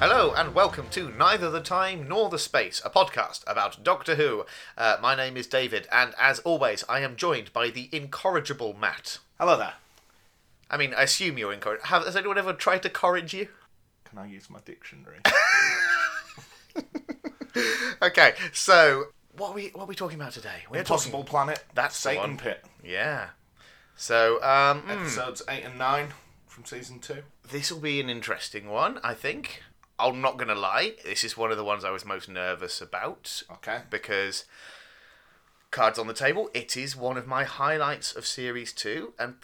Hello and welcome to Neither the Time Nor the Space, a podcast about Doctor Who. Uh, my name is David, and as always, I am joined by the incorrigible Matt. Hello there. I mean, I assume you're incorrigible. Has anyone ever tried to corrige you? Can I use my dictionary? Okay, so what are we what are we talking about today? We're Impossible talking- Planet. That's the Satan one. Pit. Yeah. So um, mm, Episodes eight and nine from season two. this will be an interesting one, I think. I'm not going to lie. This is one of the ones I was most nervous about Okay. because cards on the table it is one of my highlights of series 2 and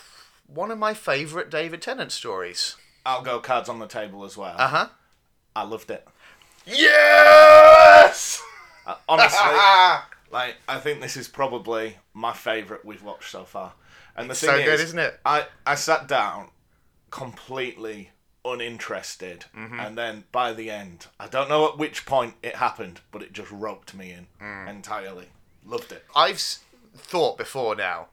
one of my favorite david tennant stories I'll go cards on the table as well. uh-huh I loved it. yes I- honestly, Ah! like I think this is probably my favourite we've watched so far. And the thing so is, good isn't it I, I sat down completely uninterested, Mm-hmm. and then by the end, I don't know at which point it happened, but it just roped me in Mm. entirely. Loved it. i've s- thought before now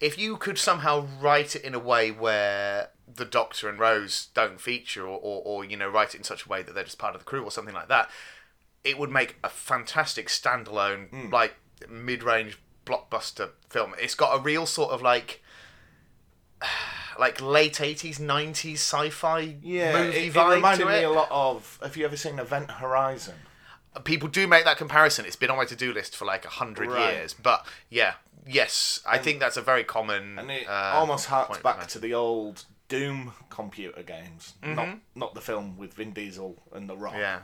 if you could somehow write it in a way where the doctor and rose don't feature or, or, or you know write it in such a way that they're just part of the crew or something like that it would make a fantastic standalone Hmm. like mid-range blockbuster film it's got a real sort of like like late 80s 90s sci-fi Yeah, movie it, it vibe reminded to me it a lot of. Have you ever seen Event Horizon? people do make that comparison it's been on my to-do list for like a 100 Right. years but yeah yes i think that's a very common And it uh, almost harks point back made. to the old Doom computer games, not not the film with Vin Diesel and The Rock. Mm-hmm. Yeah.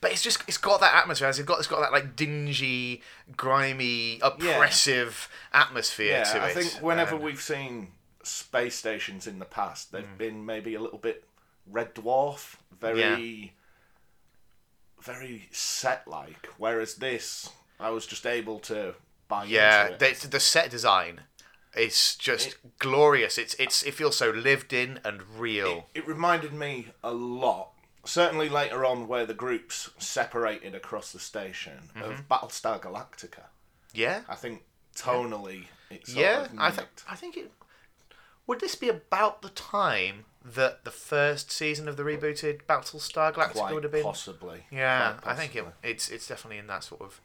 But it's just it's got that atmosphere. It's got it's got that like dingy, grimy, oppressive atmosphere yeah. to I it. Um, think whenever And- we've seen space stations in the past, they've mm. been maybe a little bit Red Dwarf, very, very set like. Whereas this, I was just able to buy yeah, into it. the, the set design is just glorious. It's it's it feels so lived in and real. It reminded me a lot, certainly later on, where the groups separated across the station Mm-hmm. of Battlestar Galactica. yeah, I think tonally, it's yeah. I think mimicked. I think it would this be about the time that the first season of the rebooted Battlestar Galactica quite would have been. possibly. Yeah, Quite I think it, possibly. Hmm. it's it's definitely in that sort of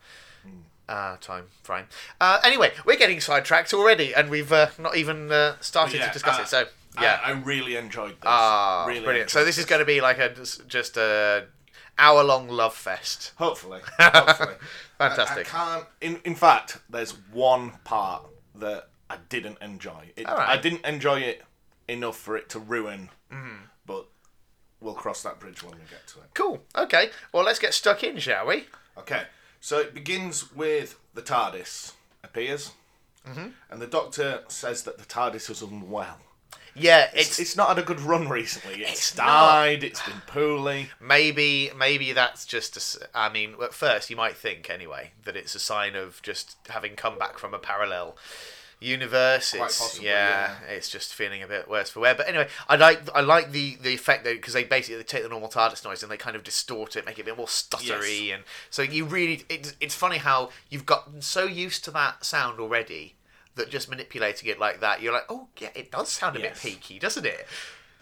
uh, time frame. Uh, anyway, we're getting sidetracked already, and we've uh, not even uh, started Yeah, to discuss uh, it. So I- yeah, I, really enjoyed this. ah, really brilliant. So enjoyed this is going to be like a just- just a hour long love fest. Hopefully, hopefully. I Fantastic. can't. In in fact, there's one part that I didn't enjoy. It, right. I didn't enjoy it enough for it to ruin. Mm-hmm. But we'll cross that bridge when we get to it. Cool. Okay. Well, let's get stuck in, shall we? Okay, so it begins with the TARDIS appears, and the Doctor says that the TARDIS is unwell. Yeah, It's, it's, it's not had a good run recently. It's, It's died. It's been poorly. maybe maybe that's just. A, s- I mean, at first you might think anyway that it's a sign of just having come back from a parallel universe. it's, possibly, yeah, it's just feeling a bit worse for wear. But anyway, I like I like the the effect that because they basically they take the normal TARDIS noise and they kind of distort it, make it a bit more stuttery, and so you really it's it's funny how you've gotten so used to that sound already. That just manipulating it like that, you're like, oh yeah, it does sound a Yes. bit peaky, doesn't it?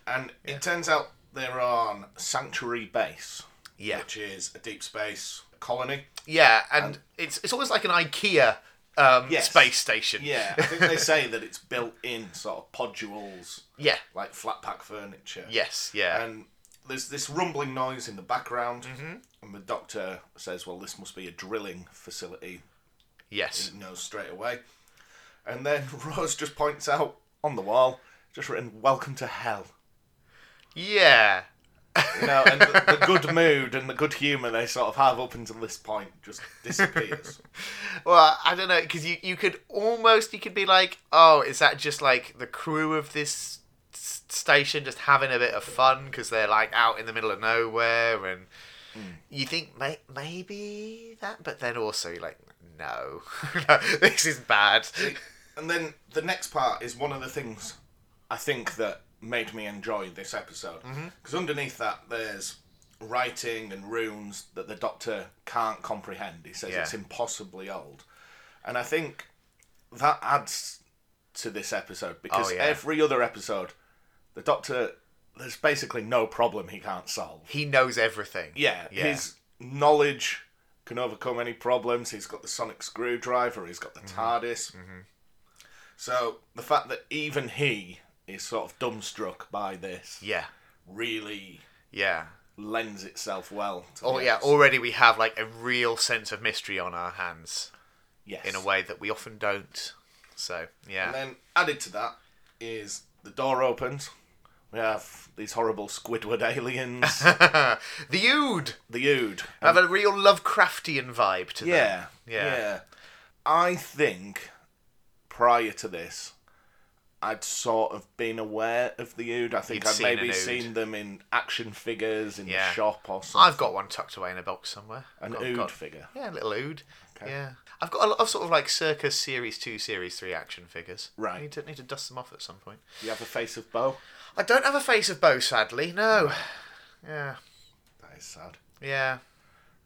And it turns out they're on Sanctuary Base, Yeah. which is a deep space colony. Yeah, and, it's it's almost like an IKEA um, Um, Yes. space station. Yeah, I think they say that it's built in sort of podules, Yeah. like flat pack furniture. Yes. Yeah. And there's this rumbling noise in the background, and the Doctor says, "Well, this must be a drilling facility." yes. He knows straight away. And then Rose just points out on the wall, just written, "Welcome to Hell." Yeah. You know, and the, the good mood and the good humour they sort of have up until this point just disappears. Well, I don't know because you you could almost you could be like, oh, is that just like the crew of this s- station just having a bit of fun because they're like out in the middle of nowhere and Mm. you think may- maybe that, but then also you're like, no, no this is bad. and then the next part is one of the things I think that made me enjoy this episode. Mm-hmm. Because underneath that, there's writing and runes that the Doctor can't comprehend. He says Yeah. it's impossibly old. And I think that adds to this episode because Oh, yeah. every other episode, the Doctor there's basically no problem he can't solve. He knows everything. Yeah, Yeah. his knowledge can overcome any problems. He's got the sonic screwdriver. He's got the Mm-hmm. TARDIS. So the fact that even he is sort of dumbstruck by this Yeah. really Yeah. lends itself well. To Oh the yeah. episode. Already we have like a real sense of mystery on our hands yes. in a way that we often don't. So And yeah. then added to that is the door opens. We have these horrible Squidward aliens, the Ood the Ood. have a real Lovecraftian vibe to them. Yeah, Yeah. I think prior to this, I'd sort of been aware of the Ood. I think You'd I'd seen maybe an Ood. seen them in action figures in Yeah. Oh, the shop or something. I've got one tucked away in a box somewhere. An Got- Ood got- figure. Yeah, a little Ood. Yeah. I've got a lot of sort of like circa series two, series three action figures. Right. I need to need to dust them off at some point. You have a face of Bo. I don't have a face of Bo, sadly. No. Yeah. That is sad. Yeah.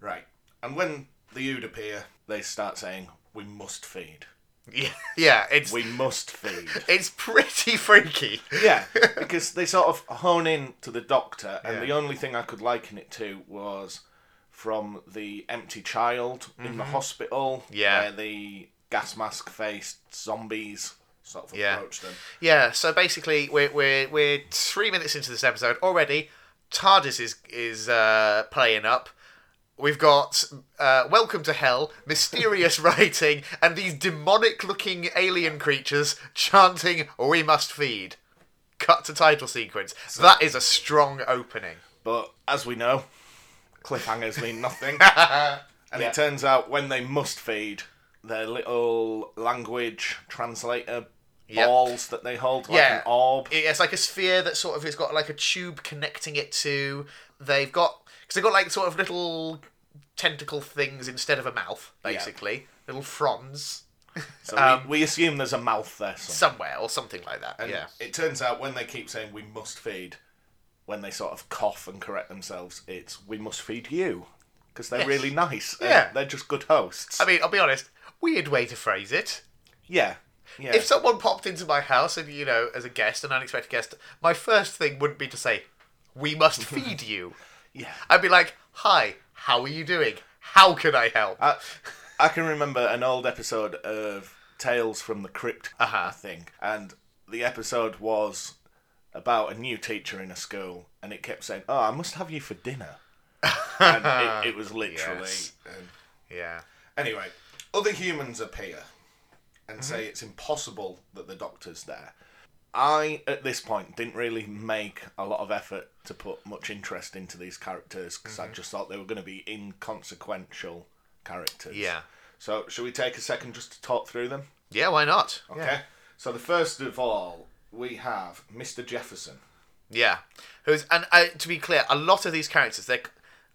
Right. And when the Ood appear, they start saying, "We must feed. Yeah. Yeah. It's We must feed." it's pretty freaky. yeah, because they sort of hone in to the Doctor, and Yeah. the only thing I could liken it to was from the Empty Child in the hospital, Mm-hmm. Yeah. where the gas mask faced zombies sort of Yeah. approached them. Yeah, so basically, we're we're we're three minutes into this episode already. TARDIS is is uh, playing up. We've got uh, Welcome to Hell, mysterious writing, and these demonic-looking alien creatures chanting, "We must feed." Cut to title sequence. That is a strong opening. But as we know, cliffhangers mean nothing. and Yeah. it turns out when they must feed, their little language translator Yep. balls that they hold, like Yeah. an orb. It- It's like a sphere that sort of has got like a tube connecting it to. They've got because they've got like sort of little tentacle things instead of a mouth, basically little fronds So Um, we, we assume there's a mouth there somewhere. somewhere or something like that. And yeah, It turns out when they keep saying we must feed, when they sort of cough and correct themselves, it's we must feed you because they're Yes. really nice. and Yeah. They're just good hosts. I mean, I'll be honest, weird way to phrase it. yeah. Yeah. If someone popped into my house and you know, as a guest, an unexpected guest, my first thing wouldn't be to say, "We must feed you." yeah. I'd be like, "Hi, how are you doing? How can I help?" I, I can remember an old episode of Tales from the Crypt, Uh-huh. I think, and the episode was about a new teacher in a school, and it kept saying, "Oh, I must have you for dinner," and it, it was literally. Yes. um, yeah, Anyway, other humans appear and Mm-hmm. say it's impossible that the doctor's there. I, at this point, didn't really make a lot of effort to put much interest into these characters because Mm-hmm. I just thought they were going to be inconsequential characters. yeah, So, should we take a second just to talk through them? yeah. Why not? Okay. Yeah. So, the first of all, we have Mr. Jefferson. Yeah, who's and uh, to be clear, a lot of these characters they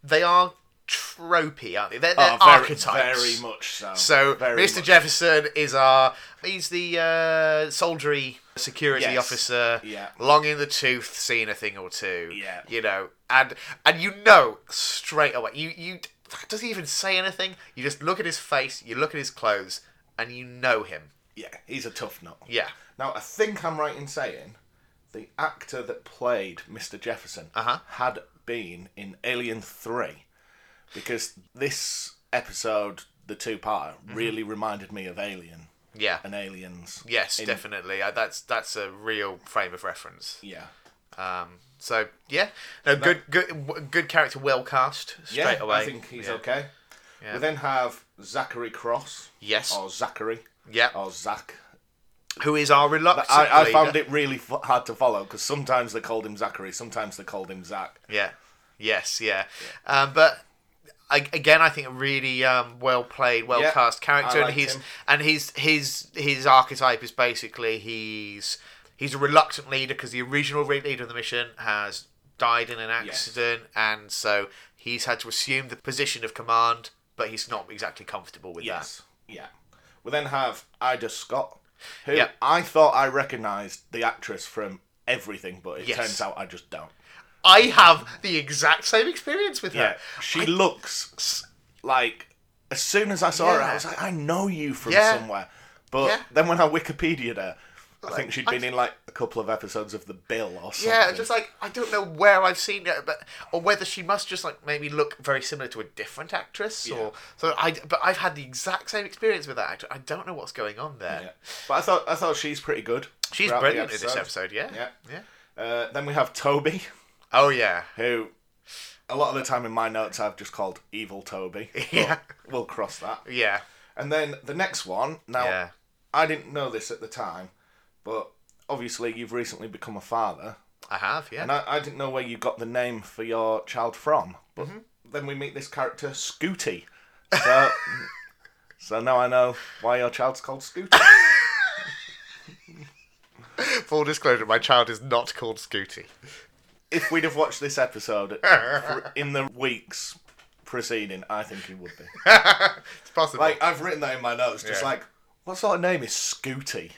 they are tropey, aren't they? They're, they're Oh, very, archetypes. Very much so. So Very Mr. much. Jefferson is our he's the uh, soldiery security Yes. officer, Yeah. long in the tooth, seen a thing or two, Yeah. you know, and and you know straight away. You you does he even say anything? You just look at his face, you look at his clothes, and you know him. Yeah, he's a tough nut. Yeah, Now, I think I'm right in saying the actor that played Mr. Jefferson Uh-huh. had been in Alien 3 because this episode, the two part, Mm-hmm. really reminded me of Alien yeah, and Aliens. yes, in- definitely. Uh, That's that's a real frame of reference. Yeah. Um, so yeah, no, good good w- good character, well cast straight Yeah, away. I think he's yeah. okay. We then have Zachary Cross. Yes. Or Zachary. Yeah, Or Zach. who is our reluctant? Oh. I, I leader. found it really f- hard to follow because sometimes they called him Zachary, sometimes they called him Zach. Yeah. Yes. Yeah. Um, but I, again, I think a really um, well played, well cast Yeah, character, I and liked his him. and his his his archetype is basically he's he's a reluctant leader because the original re- leader of the mission has died in an accident, and so he's had to assume the position of command, but he's not exactly comfortable with Yes. Yeah. We then have Ida Scott, who Yeah. I thought I recognised the actress from everything, but it Yes. turns out I just don't. that. I have the exact same experience with Yeah. her. She looks s- like as soon as I saw her, Yeah. I was like, I know you from Yeah. somewhere. But Yeah. then when I Wikipedia'd her, I think she'd been in like a couple of episodes of The Bill or something. Yeah, just like I don't know where I've seen it, but or whether she must just like maybe look very similar to a different actress, Yeah. or so I. But I've had the exact same experience with that actor. I don't know what's going on there. Yeah. But I thought I thought she's pretty good. She's throughout the brilliant in this episode. Yeah, Yeah. yeah. Uh, then we have Toby, Oh yeah, who a lot of the time in my notes I've just called Evil Toby. but Yeah. We'll cross that. yeah, And then the next one. Now, yeah. I didn't know this at the time, but obviously you've recently become a father, I have. Yeah. and I, I didn't know where you got the name for your child from. But Mm-hmm. then we meet this character Scooty, so so now I know why your child's called Scooty. Full disclosure: my child is not called Scooty. if we'd have watched this episode for- in the weeks preceding, I think it would be. It's possible. Like I've written that in my notes, just Yeah. like what sort of name is Scooty?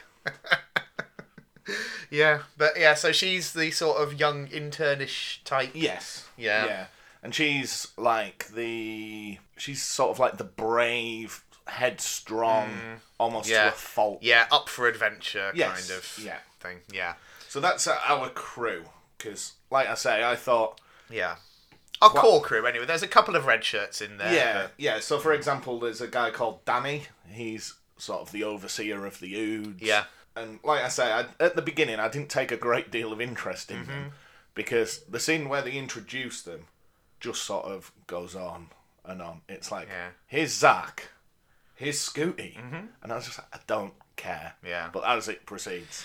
yeah, but yeah. So she's the sort of young internish type. Yes. Yeah. Yeah. And she's like the she's sort of like the brave, headstrong, almost to Mm. Yeah. a fault. Yeah, up for adventure Yes, kind of yeah. thing. Yeah, So that's our crew. Because, like I say, I thought yeah. Our core crew, Oh, anyway. There's a couple of red shirts in there. Yeah, yeah. So, for example, there's a guy called Danny. He's sort of the overseer of the Oods. Yeah. And like I say, I, at the beginning, I didn't take a great deal of interest in them Mm-hmm. because the scene where they introduce them just sort of goes on and on. It's like, Yeah. Mm-hmm. here's Zach, here's Scooty. And I was just like, I don't care. Yeah. But as it proceeds,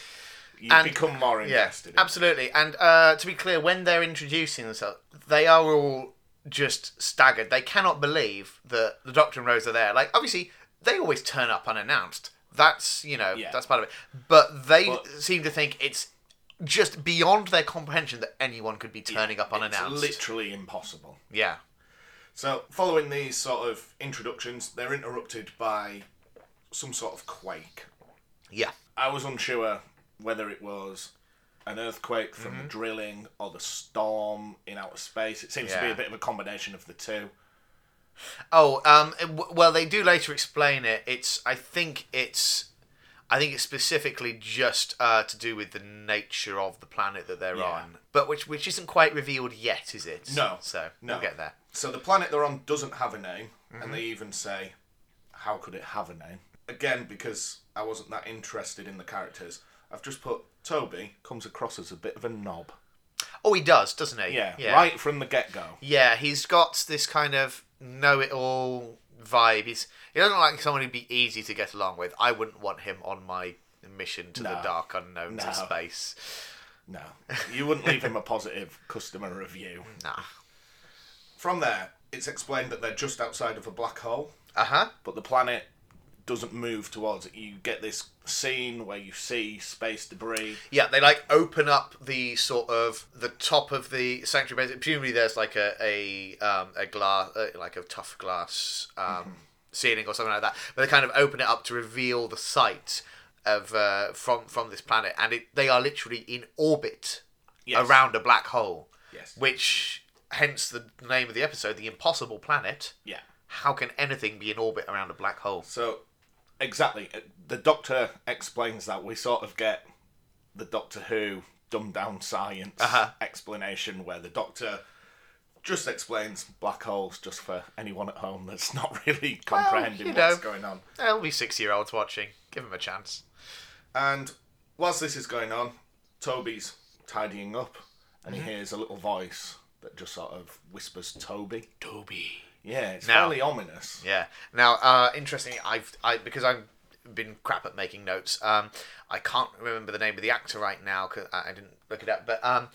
you And- become more Yes, interested. in it. absolutely. And uh, to be clear, when they're introducing themselves, they are all just staggered. They cannot believe that the Doctor and Rose are there. Like, obviously, they always turn up unannounced. That's you know Yeah. that's part of it. But they But- seem to think it's just beyond their comprehension that anyone could be turning up unannounced. It's literally impossible. yeah, So, following these sort of introductions, they're interrupted by some sort of quake. yeah, I was unsure whether it was an earthquake from Mm-hmm. the drilling or the storm in outer space. It seems to be Yeah. a bit of a combination of the two. Oh, um, w- well, they do later explain it. It's, I think it's, I think it's specifically just uh, to do with the nature of the planet that they're Yeah. on, but which which isn't quite revealed yet, is it? No. So No. we'll get there. So, the planet they're on doesn't have a name, and Mm-hmm. they even say, How could it have a name? Again, because I wasn't that interested in the characters, I've just put Toby comes across as a bit of a knob. Oh, he does, doesn't he? Yeah, Yeah. right from the get go. Yeah, he's got this kind of know-it-all vibe. He's he doesn't look like someone who'd be easy to get along with. I wouldn't want him on my mission to the No. dark unknowns No. of space. No, you wouldn't leave him a positive customer review. Nah. From there, it's explained that they're just outside of a black hole, Uh huh. but the planet doesn't move towards it. You get this scene where you see space debris. Yeah, they like open up the sort of the top of the sanctuary base. Presumably, there's like a a um, a glass, uh, like a tough glass um, Mm-hmm. ceiling or something like that. But they kind of open it up to reveal the site of uh, from from this planet, and it, they are literally in orbit Yes. around a black hole. Yes. Which, hence the name of the episode, the Impossible Planet. Yeah. How can anything be in orbit around a black hole? So, exactly. uh, The Doctor explains that. We sort of get the Doctor Who dumbed down science Uh-huh. explanation where the Doctor just explains black holes just for anyone at home that's not really comprehending you what's know. going on. There'll be six-year-olds watching. Give them a chance. And whilst this is going on, Toby's tidying up and Mm-hmm. he hears a little voice that just sort of whispers Toby. Toby. Yeah, it's Now- fairly ominous. Yeah. Now, uh, interestingly, I've I because I've been crap at making notes. Um, I can't remember the name of the actor right now because I, I didn't look it up. But um,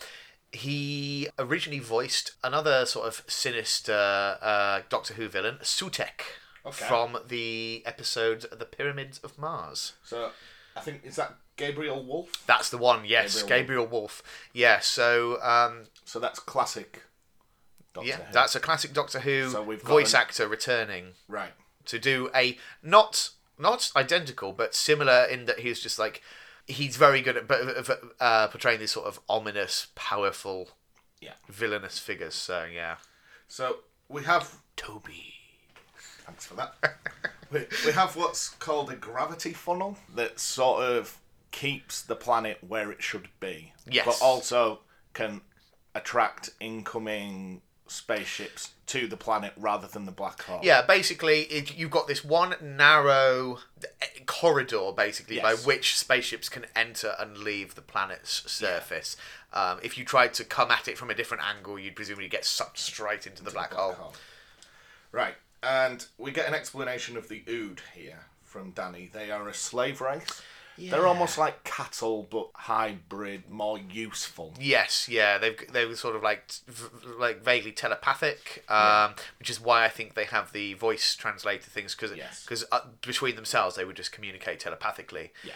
he originally voiced another sort of sinister uh, Doctor Who villain, Sutek, Okay. from the episode "The Pyramids of Mars." So I think is that Gabriel Wolf? That's the one. Yes, Gabriel Gabriel, Wolf. Yeah. So um, So that's classic Doctor yeah, Who. that's a classic Doctor Who So we've got voice an- actor returning. right. to do a not not identical but similar in that he's just like he's very good at but uh, portraying these sort of ominous, powerful, Yeah. villainous figures. So yeah, So we have Toby. thanks for that. we, we have what's called a gravity funnel that sort of keeps the planet where it should be. Yes. But also can attract incoming spaceships to the planet rather than the black hole. Yeah, basically, it, you've got this one narrow eh, corridor, basically, by Yes. which spaceships can enter and leave the planet's surface. Um, if you tried to come at it from a different angle, you'd presumably get sucked straight into the black, hole. Right. And we get an explanation of the Ood here from Danny. They are a slave race. They're almost like cattle, but hybrid, more useful. Yes, yeah, they've they were sort of like t- v- like vaguely telepathic, um, which is why I think they have the voice translator things because Yes. uh, between themselves they would just communicate telepathically. Yeah.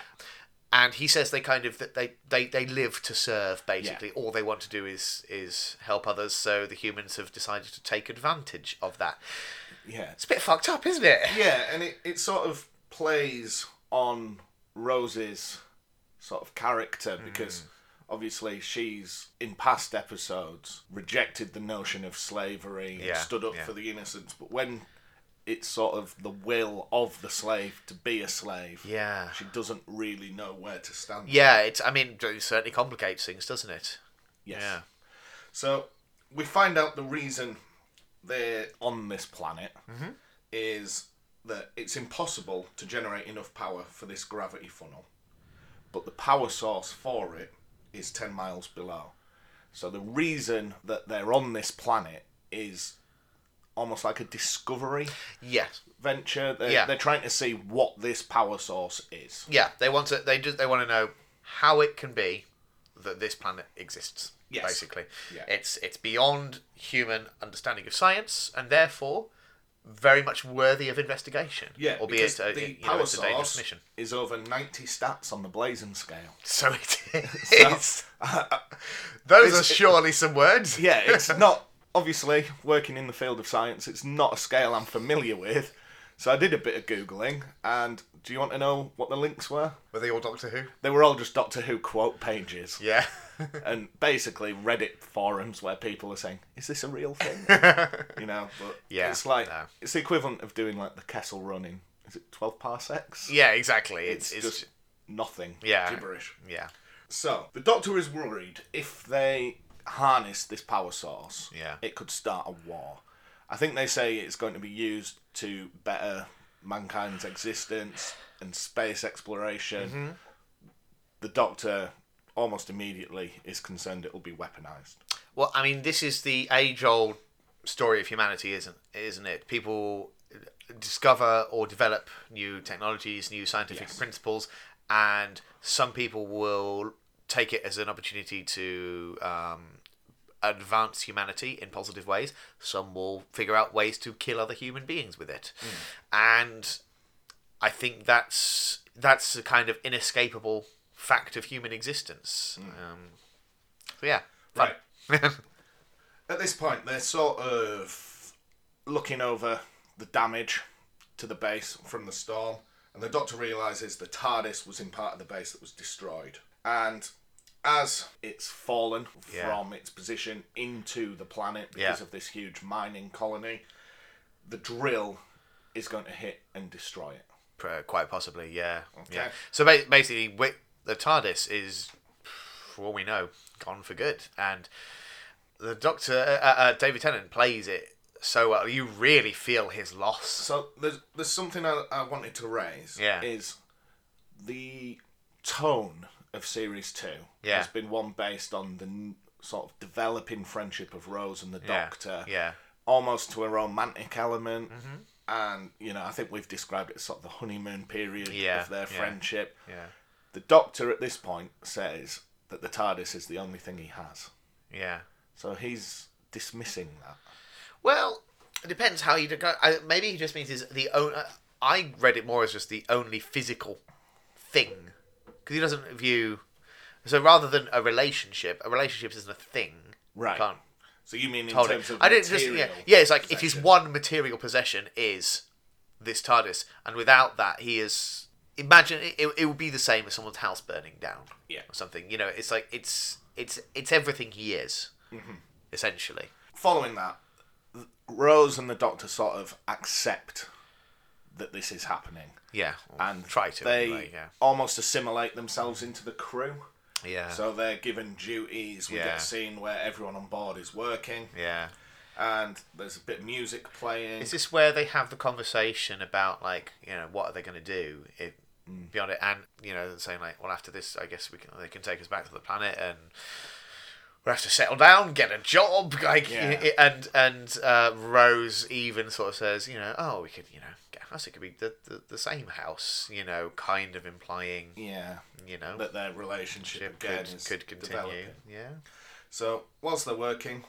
and he says they kind of that they, they they live to serve basically all they want to do is is help others so the humans have decided to take advantage of that Yeah. it's a bit fucked up isn't it Yeah, and it, it sort of plays on Rose's sort of character Mm. because obviously she's in past episodes rejected the notion of slavery and Yeah, stood up yeah. for the innocents, but when it's sort of the will of the slave to be a slave, yeah she doesn't really know where to stand. yeah it's i mean it certainly complicates things doesn't it Yes. yeah So we find out the reason they're on this planet is that it's impossible to generate enough power for this gravity funnel, but the power source for it is 10 miles below. So the reason that they're on this planet is almost like a discovery yes venture. They're, Yeah. they're trying to see what this power source is. yeah they want to they just they want to know how it can be that this planet exists Yes. basically Yeah. it's it's beyond human understanding of science and therefore very much worthy of investigation Yeah, albeit because uh, the you know, power it's a dangerous source mission is over 90 stats on the blazon scale. So it is. Those are surely some words. yeah, it's not obviously working in the field of science. It's not a scale I'm familiar with, so I did a bit of googling. And do you want to know what the links were? Were they all Doctor Who? They were all just Doctor Who quote pages Yeah. and basically Reddit forums where people are saying, "Is this a real thing?" you know, but Yeah, it's like no. it's the equivalent of doing like the Kessel Run in is it twelve parsecs? yeah, exactly. It's, It's, it's, just nothing. Yeah. gibberish. yeah, So the Doctor is worried if they harness this power source, Yeah. it could start a war. I think they say it's going to be used to better mankind's existence and space exploration. The Doctor almost immediately is concerned it will be weaponized. Well, I mean, this is the age-old story of humanity, isn't isn't it? People discover or develop new technologies, new scientific Yes. principles, and some people will take it as an opportunity to um, advance humanity in positive ways. Some will figure out ways to kill other human beings with it, Hmm. and I think that's that's a kind of inescapable fact of human existence. Um, so yeah, fun. Hmm. Right. At this point, they're sort of looking over the damage to the base from the storm, and the Doctor realizes the TARDIS was in part of the base that was destroyed. And as it's fallen Yeah. from its position into the planet because Yeah. of this huge mining colony, the drill is going to hit and destroy it. Pr- Quite possibly, yeah. Yeah. Okay. So ba- basically, wi- the TARDIS is, for all we know, gone for good, and the Doctor, uh, uh, uh, David Tennant, plays it so well. You really feel his loss. So there's there's something I, I wanted to raise. Yeah. Is the tone of series two Yeah. has been one based on the n- sort of developing friendship of Rose and the Yeah. Doctor, Yeah. Mm-hmm. almost to a romantic element. And you know, I think we've described it as sort of the honeymoon period Yeah, of their yeah. friendship. Yeah. The Doctor at this point says that the TARDIS is the only thing he has, Yeah. so he's dismissing that. Well, it depends how you. Dec- I, maybe he just means is the only. I read it more as just the only physical thing, because he doesn't view. So rather than a relationship, a relationship isn't a thing. Right. Can't So you mean in hold terms it. of Oh, I didn't just yeah, material yeah. It's like it is possession? one material possession is this TARDIS, and without that, he is. Imagine it, it, it would be the same as someone's house burning down, Yeah. or something. You know, it's like it's it's it's everything he is, Mm-hmm. essentially. following that, Rose and the Doctor sort of accept that this is happening. Yeah. and try to. They anyway, yeah. almost assimilate themselves into the crew. Yeah. So they're given duties. We Yeah. get a scene where everyone on board is working, yeah. and there's a bit of music playing. Is this where they have the conversation about like you know what are they going to do if, Mm. beyond it, and you know saying like, well, after this, I guess we can they can take us back to the planet and we have to settle down, get a job, like Yeah. i- i- and and uh, Rose even sort of says, you know, oh, we could you know get a house, it could be the, the the same house, you know, kind of implying yeah, you know that their relationship it again could is could continue, developing. yeah. So whilst they're working,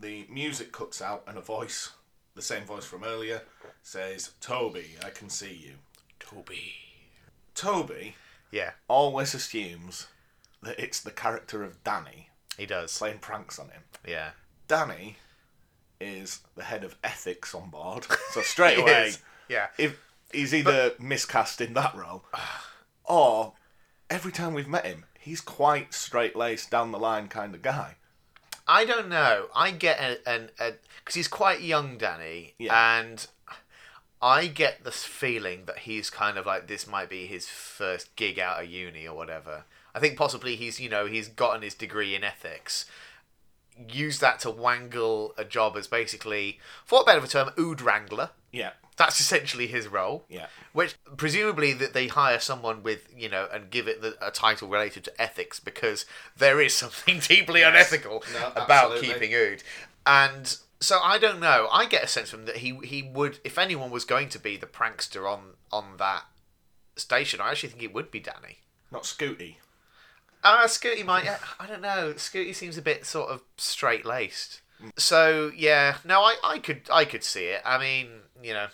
the music cuts out, and a voice, the same voice from earlier, says, "Toby, I can see you." Toby. Toby Yeah, always assumes that it's the character of Danny he does. playing pranks on him. Yeah. Danny is the head of ethics on board, so straight He away, is. Yeah. if he's either miscast in that role, or every time we've met him, he's quite straight laced, down the line kind of guy. I don't know. I get a- an because he's quite young, Danny, Yeah. and I get this feeling that he's kind of like this might be his first gig out of uni or whatever. I think possibly he's you know he's gotten his degree in ethics, used that to wangle a job as basically, for a better of a term, ood wrangler. Yeah, That's essentially his role. yeah, Which presumably that they hire someone with you know and give it the, a title related to ethics because there is something deeply unethical No, about absolutely. keeping ood, and so I don't know. I get a sense from that he he would if anyone was going to be the prankster on on that station, I actually think it would be Danny. not Scooty. Uh, Scooty might. I don't know. Scooty seems a bit sort of straight laced. So yeah, no, I, I could I could see it. I mean, you know,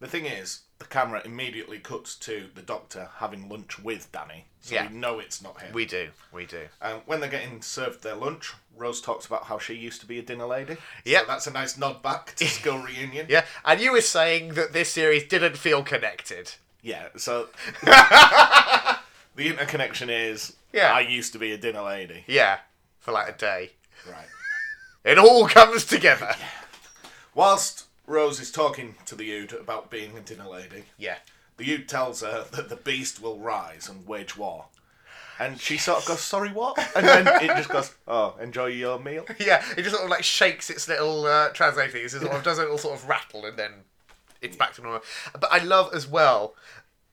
The thing is, the camera immediately cuts to the doctor having lunch with Danny, so Yeah. we know it's not him. we do, we do. Um, when they're getting served their lunch, Rose talks about how she used to be a dinner lady. Yep. so that's a nice nod back to school reunion. Yeah, and you were saying that this series didn't feel connected. Yeah, so the interconnection is Yeah. I used to be a dinner lady. Yeah, for like a day. Right. It all comes together. Whilst Rose is talking to the Ood about being a dinner lady, Yeah. the Ood tells her that the beast will rise and wage war. And she sort of goes, sorry, what? And then it just goes, oh, enjoy your meal. Yeah, it just sort of like shakes its little uh, translating thing. It sort of does a little sort of rattle and then it's back to normal. But I love as well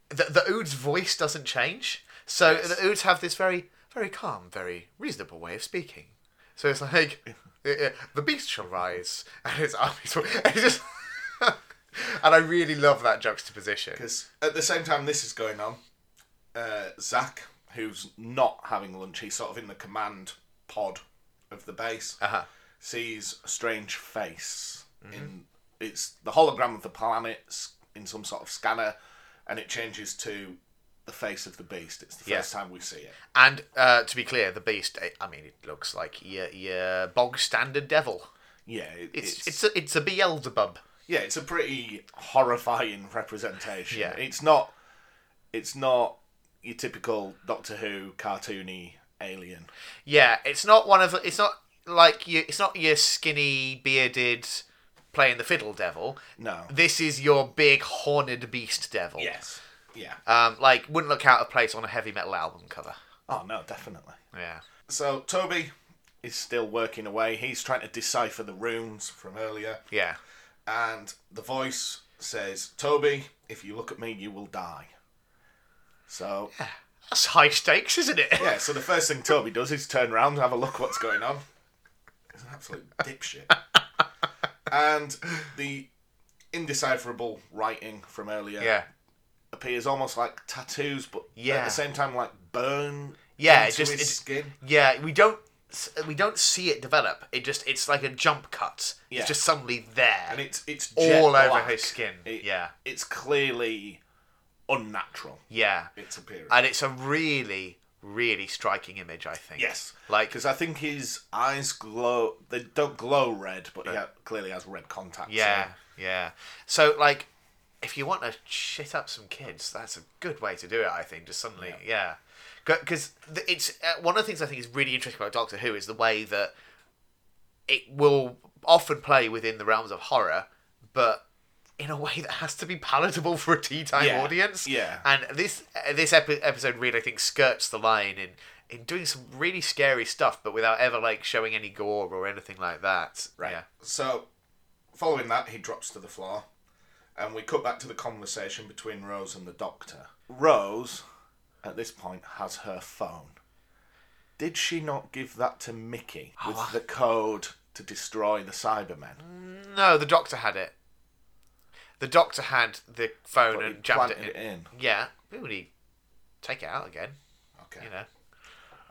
that the Ood's voice doesn't change. So the Oods have this very, very calm, very reasonable way of speaking. So it's like, uh, uh, the beast shall rise and its armies will. And, it's just and I really love that juxtaposition. Because at the same time this is going on, uh, Zach, who's not having lunch, he's sort of in the command pod of the base, Uh-huh. sees a strange face. In It's the hologram of the planets in some sort of scanner, and it changes to the face of the beast. It's the Yeah. first time we see it. And uh, to be clear, the beast. eh, I- I mean, it looks like your, your bog standard devil. Yeah, it- It's it's a, it's a Beelzebub. yeah, it's a pretty horrifying representation. Yeah. It's not it's not your typical Doctor Who cartoony alien. Yeah, it's not one of the- it's not like you. It's not your skinny bearded playing the fiddle devil. No. This is your big horned beast devil. Yes. Uh, Yeah. Um, like wouldn't look out of place on a heavy metal album cover. Oh no, definitely. Yeah. So Toby is still working away. He's trying to decipher the runes from earlier, Yeah. and the voice says, "Toby, if you look at me, you will die." So That's high stakes, isn't it? yeah. So the first thing Toby does is turn around, and have a look what's going on. He's an absolute dipshit. and the indecipherable writing from earlier Yeah. appears almost like tattoos, but at Yeah. the same time like burn. Yeah, it into just- his it- skin. Yeah, we don't we don't see it develop. It just it's like a jump cut. Yeah. It's just suddenly there. and it's it's jet all over black. his skin. It- yeah, it's clearly unnatural. yeah, Its appearance. and it's a really, really striking image. I think. yes, like because I think his eyes glow. They don't glow red, but he ha- clearly has red contacts. yeah, yeah. So like, if you want to shit up some kids, that's a good way to do it. I think just suddenly, yeah, because it's uh, one of the things I think is really interesting about Doctor Who is the way that it will often play within the realms of horror, but in a way that has to be palatable for a tea time Yeah, audience. yeah. And this uh, this epi- episode really I think skirts the line in in doing some really scary stuff, but without ever like showing any gore or anything like that. Right. Yeah. So, following that, he drops to the floor, and we cut back to the conversation between Rose and the doctor. Rose, at this point, has her phone. Did she not give that to Mickey with the code to destroy the Cybermen? No, the doctor had it. The doctor had the phone and jammed it in. planted it in. Yeah, but would he take it out again? Okay. You know.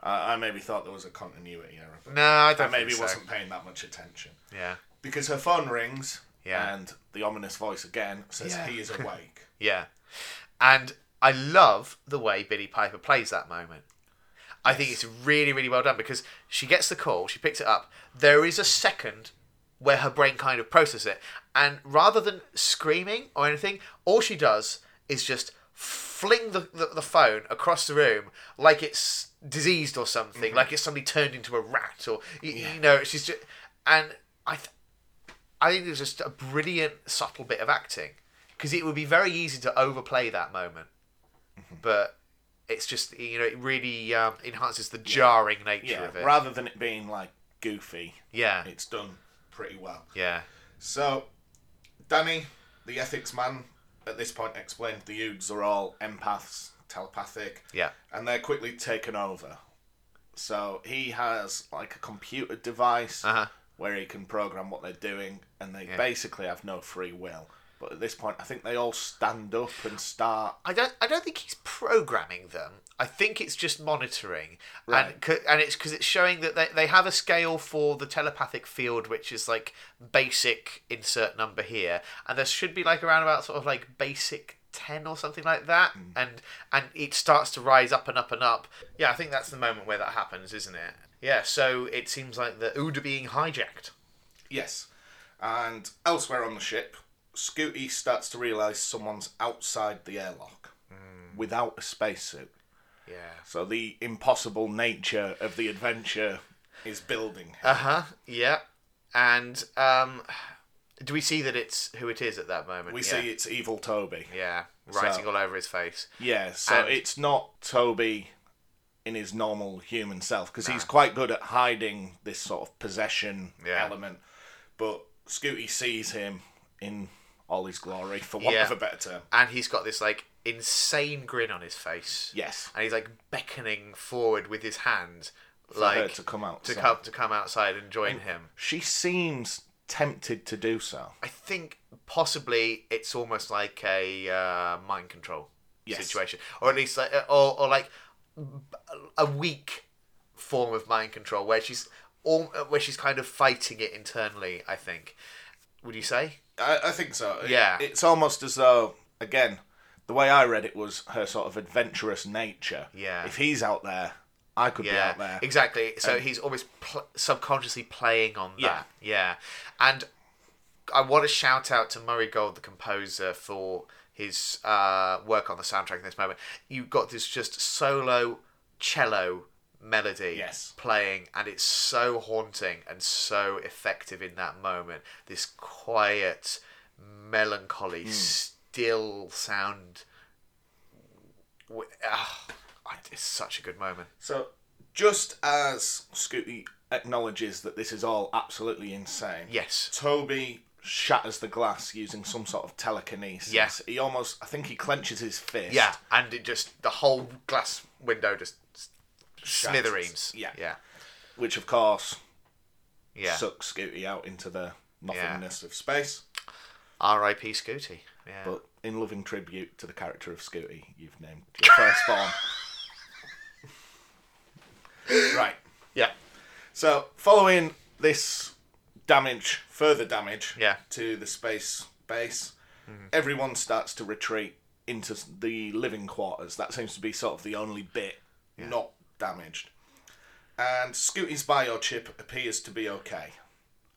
I, I maybe thought there was a continuity error, but No, I don't. I maybe think so. wasn't paying that much attention. Yeah. Because her phone rings, Yeah. and the ominous voice again says Yeah. he is awake. Yeah. And I love the way Billy Piper plays that moment. I think it's really, really well done because she gets the call, she picks it up. There is a second where her brain kind of processes it. And rather than screaming or anything, all she does is just fling the, the, the phone across the room like it's diseased or something, like it's somebody turned into a rat or, you, you know, she's just. And I, th- I think it's just a brilliant, subtle bit of acting because it would be very easy to overplay that moment, but it's just you know it really um, enhances the jarring nature yeah. of it. Rather than it being like goofy, yeah, it's done pretty well. yeah, So, Danny, the ethics man, at this point explained the Oods are all empaths, telepathic, yeah, and they're quickly taken over. So he has like a computer device Uh-huh. where he can program what they're doing, and they basically have no free will. But at this point, I think they all stand up and start. I don't I don't think he's programming them. I think it's just monitoring, and Right. c- and it's because it's showing that they, they have a scale for the telepathic field, which is like basic insert number here, and there should be like around about sort of like basic. 10 or something like that Hmm. and and it starts to rise up and up and up yeah i think that's the moment where that happens isn't it yeah so it seems like the ood are being hijacked Yes. And elsewhere on the ship, Scooty starts to realise someone's outside the airlock Hmm. without a spacesuit. yeah So the impossible nature of the adventure is building. Uh huh. Yeah. And um, do we see that it's who it is at that moment? we yeah. see it's evil Toby. Yeah. Writing So- all over his face. Yeah, so And- it's not Toby in his normal human self because he's quite good at hiding this sort of possession Yeah. element. But Scooty sees him in all his glory, for want Yeah. of a better term. And he's got this like insane grin on his face. Yes, And he's like beckoning forward with his hand, for her like to come out. to come to come outside and join him. She seems tempted to do so. I think possibly it's almost like a uh, mind control Yes. situation, or at least like, uh, or, or like a weak form of mind control where she's all where she's kind of fighting it internally. I think. Would you say? I, I think so. It- Yeah. it's almost as though, again, the way I read it was her sort of adventurous nature. Yeah. If he's out there, I could be Yeah, out there. exactly. So he's always pl- subconsciously playing on Yeah. that. Yeah, and I want to shout out to Murray Gold, the composer, for his uh, work on the soundtrack in this moment. You've got this just solo cello melody Yes. playing, and it's so haunting and so effective in that moment. This quiet, Hmm. melancholy, still sound. w- ah, I- it's such a good moment. so, just as Scooty acknowledges that this is all absolutely insane, Yes. Toby shatters the glass using some sort of telekinesis. Yeah. He almost, I think he clenches his fist. Yeah, and it just the whole glass window just s- Shatters. smithereens. Yeah. yeah, Which, of course, yeah. sucks Scooty out into the nothingness of space. R.I.P. Scooty. Yeah, But in loving tribute to the character of Scooty, you've named your firstborn. right. yeah, So, following this damage, further damage Yeah. to the space base, everyone starts to retreat into s- the living quarters. That seems to be sort of the only bit not damaged. And Scooty's biochip appears to be okay.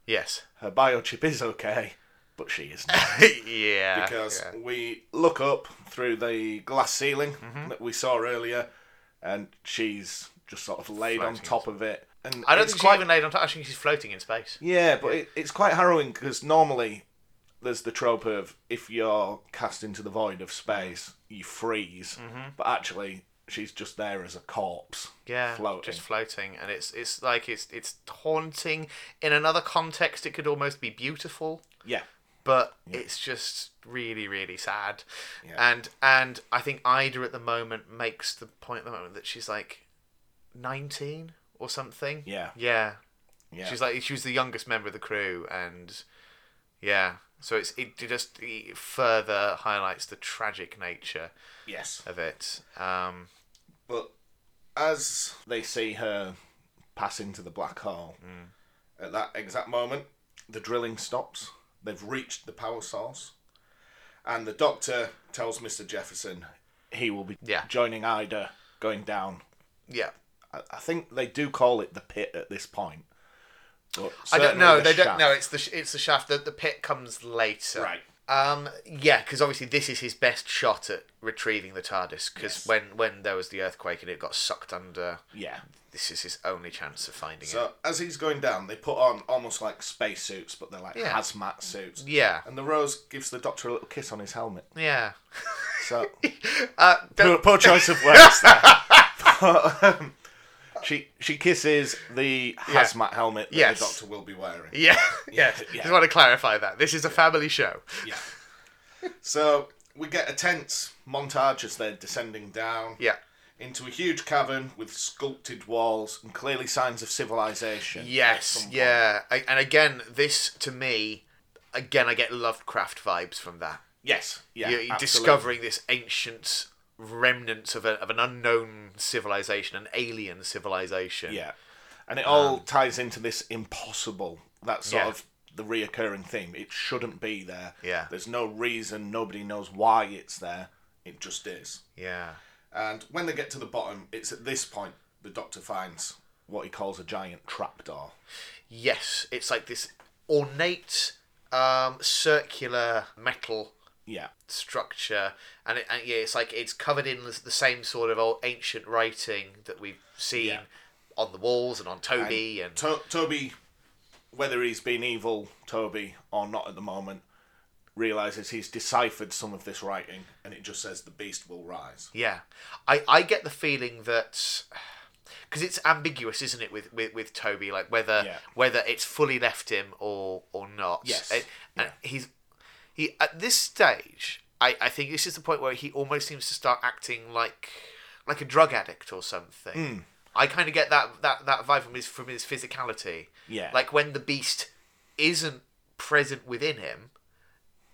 yes, Her biochip is okay, but she is not. yeah. because yeah. we look up through the glass ceiling Mm-hmm. that we saw earlier, and she's just sort of laid on Floating. top of it. And I don't it's think she's quite even laid on top. I think she's floating in space. yeah, but It, it's quite harrowing because normally there's the trope of if you're cast into the void of space, you freeze. But actually, she's just there as a corpse. Mm-hmm. Yeah, floating. just floating, and it's it's like it's it's haunting. In another context, it could almost be beautiful, Yeah. but it's just really really sad. Yeah. And and I think Ida at the moment makes the point at the moment that she's like nineteen or something. Yeah. yeah. Yeah. She's like she was the youngest member of the crew, and yeah. So it's it just it further highlights the tragic nature yes. of it. Um, But as they see her pass into the black hole, Mm. at that exact moment, the drilling stops. They've reached the power source. And the doctor tells Mr. Jefferson he will be Yeah. joining Ida going down. yeah. I, I think they do call it the pit at this point. But I don't certainly know. the they don't shaft. know. It's the sh- it's the shaft. The, the pit comes later. Right. Um. Yeah. Because obviously this is his best shot at retrieving the TARDIS. Because Yes. when when there was the earthquake and it got sucked under, Yeah. this is his only chance of finding it. So as he's going down, they put on almost like spacesuits, but they're like Yeah. hazmat suits. Yeah. And the rose gives the doctor a little kiss on his helmet. Yeah. So Uh, don't- poor, poor choice of words. there. But, um, she she kisses the hazmat helmet that Yes. the doctor will be wearing. yeah. Yeah. yeah. Just want to clarify that this is a family show. Yeah. so we get a tense montage as they're descending down Yeah. into a huge cavern with sculpted walls and clearly signs of civilization. at Yes. some point. Yeah. I, and again, this to me, again, I get Lovecraft vibes from that. Yes. Yeah. you're, you're absolutely. discovering this ancient remnants of, a, of an unknown civilization, an alien civilization. Yeah. And it all ties into this impossible, that sort Um, Yeah. of the reoccurring theme. It shouldn't be there. Yeah. There's no reason, nobody knows why it's there. It just is. Yeah. And when they get to the bottom, it's at this point the doctor finds what he calls a giant trapdoor. Yes, it's like this ornate um, circular metal Yeah. structure, and, it, and yeah, it's like it's covered in the the same sort of old ancient writing that we've seen Yeah. on the walls and on Toby and. To- Toby, whether he's been evil, Toby, or not at the moment, realizes he's deciphered some of this writing and it just says the beast will rise. Yeah, I, I get the feeling that because it's ambiguous, isn't it, with, with, with Toby, like whether Yeah. whether it's fully left him or or not. Yes. and, and he's he at this stage. I, I think this is the point where he almost seems to start acting like like a drug addict or something. Hmm. I kind of get that, that that vibe from his from his physicality. Yeah. like when the beast isn't present within him,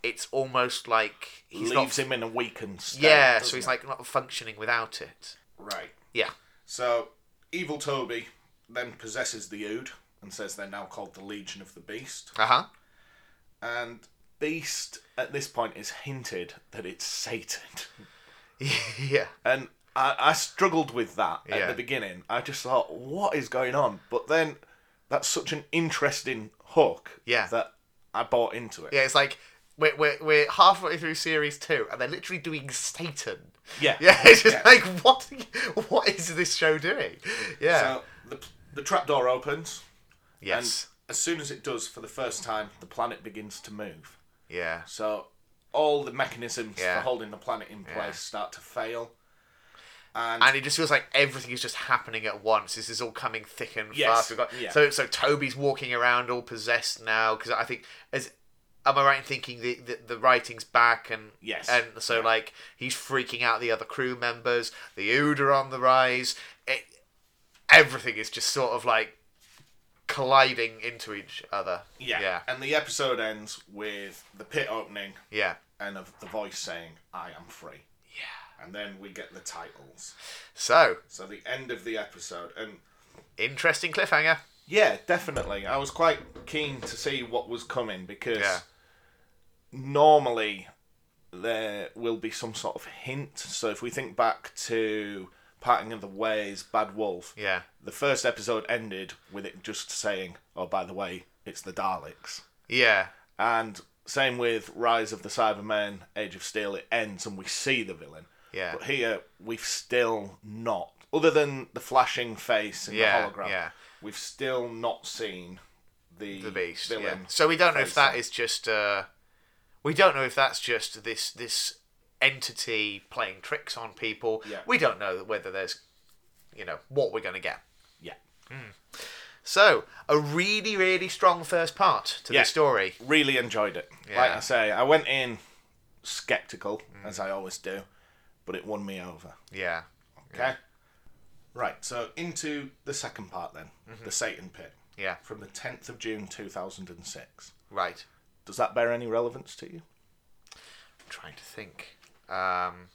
it's almost like he's not Leaves him in a weakened state. yeah, doesn't so he's it? like not functioning without it. Right. Yeah. So, evil Toby then possesses the Ood and says they're now called the Legion of the Beast. Uh huh. And Beast, at this point, is hinted that it's Satan. yeah. And I, I struggled with that at Yeah. the beginning. I just thought, what is going on? But then that's such an interesting hook Yeah. that I bought into it. Yeah, it's like we're, we're, we're halfway through series two and they're literally doing Satan. Yeah. Yeah, it's just Yeah. like, what what is this show doing? Yeah. So, the, the trapdoor opens. yes. And as soon as it does, for the first time, the planet begins to move. yeah. So all the mechanisms Yeah. for holding the planet in place Yeah. start to fail. And, And it just feels like everything is just happening at once. This is all coming thick and Yes. fast. We've got, Yeah. So, so Toby's walking around all possessed now because I think as am I right in thinking the, the, the writing's back and Yes. and so like he's freaking out the other crew members. The Ood are on the rise. It, everything is just sort of like colliding into each other. yeah. yeah, And the episode ends with the pit opening yeah. and of the voice saying, I am free. Yeah. And then we get the titles. So So the end of the episode and interesting cliffhanger. Yeah, definitely. I was quite keen to see what was coming because Yeah. normally there will be some sort of hint. So if we think back to Parting of the Ways, Bad Wolf, Yeah, the first episode ended with it just saying, "Oh, by the way, it's the Daleks." yeah, And same with Rise of the Cybermen, Age of Steel. It ends and we see the villain. Yeah. But here we've still not, other than the flashing face and Yeah, the hologram, yeah. we've still not seen the, the beast. Yeah. villain. So we don't know if face that him. is just. Uh, We don't know if that's just this this entity playing tricks on people. Yeah. We don't know whether there's, you know, what we're going to get. Yeah. So a really really strong first part to Yeah. the story. really enjoyed it. Like Yeah. Mm. I say, I went in skeptical, as I always do, but it won me over. Yeah. Okay? Right, so into the second part then Mm-hmm. the Satan Pit. Yeah. From the 10th of June 2006. Right. Does that bear any relevance to you? I'm trying to think. Um,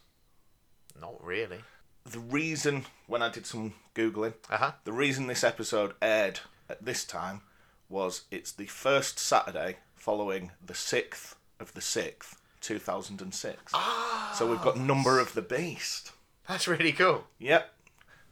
not really. The reason, when I did some Googling, Uh huh. the reason this episode aired at this time was it's the first Saturday following the 6th of the 6th, 2006. So we've got Number of the Beast. That's really cool. Yep.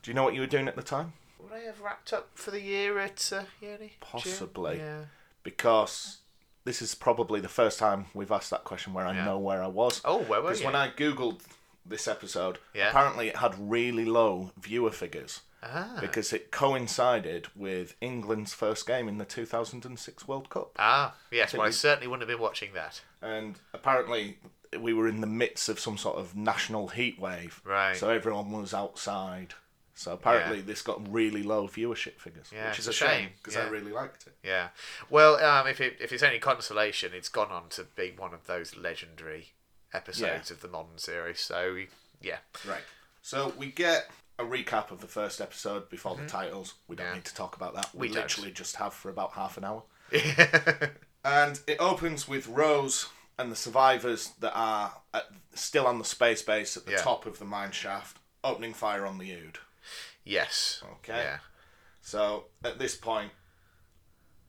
Do you know what you were doing at the time? Would I have wrapped up for the year at uh, uni? Possibly. Yeah. Because this is probably the first time we've asked that question where I know where I was. Oh, where were Because you? when I googled this episode, Yeah. apparently it had really low viewer figures ah. because it coincided with England's first game in the 2006 World Cup. Ah, yes. Well, I we- certainly wouldn't have been watching that. And apparently we were in the midst of some sort of national heat wave. Right. So everyone was outside. So apparently Yeah. this got really low viewership figures, Yeah, which it's is a a shame, shame because yeah. I really liked it. Yeah. Well, um, if it, if it's any consolation, it's gone on to be one of those legendary episodes of the modern series. So, yeah. Right. So we get a recap of the first episode before the titles. We don't need to talk about that. We, Mm-hmm. We don't. literally just have for about half an hour. And it opens with Rose and the survivors that are at, still on the space base at the Yeah. top of the mine shaft, opening fire on the Ood. yes. Okay. Yeah. So at this point,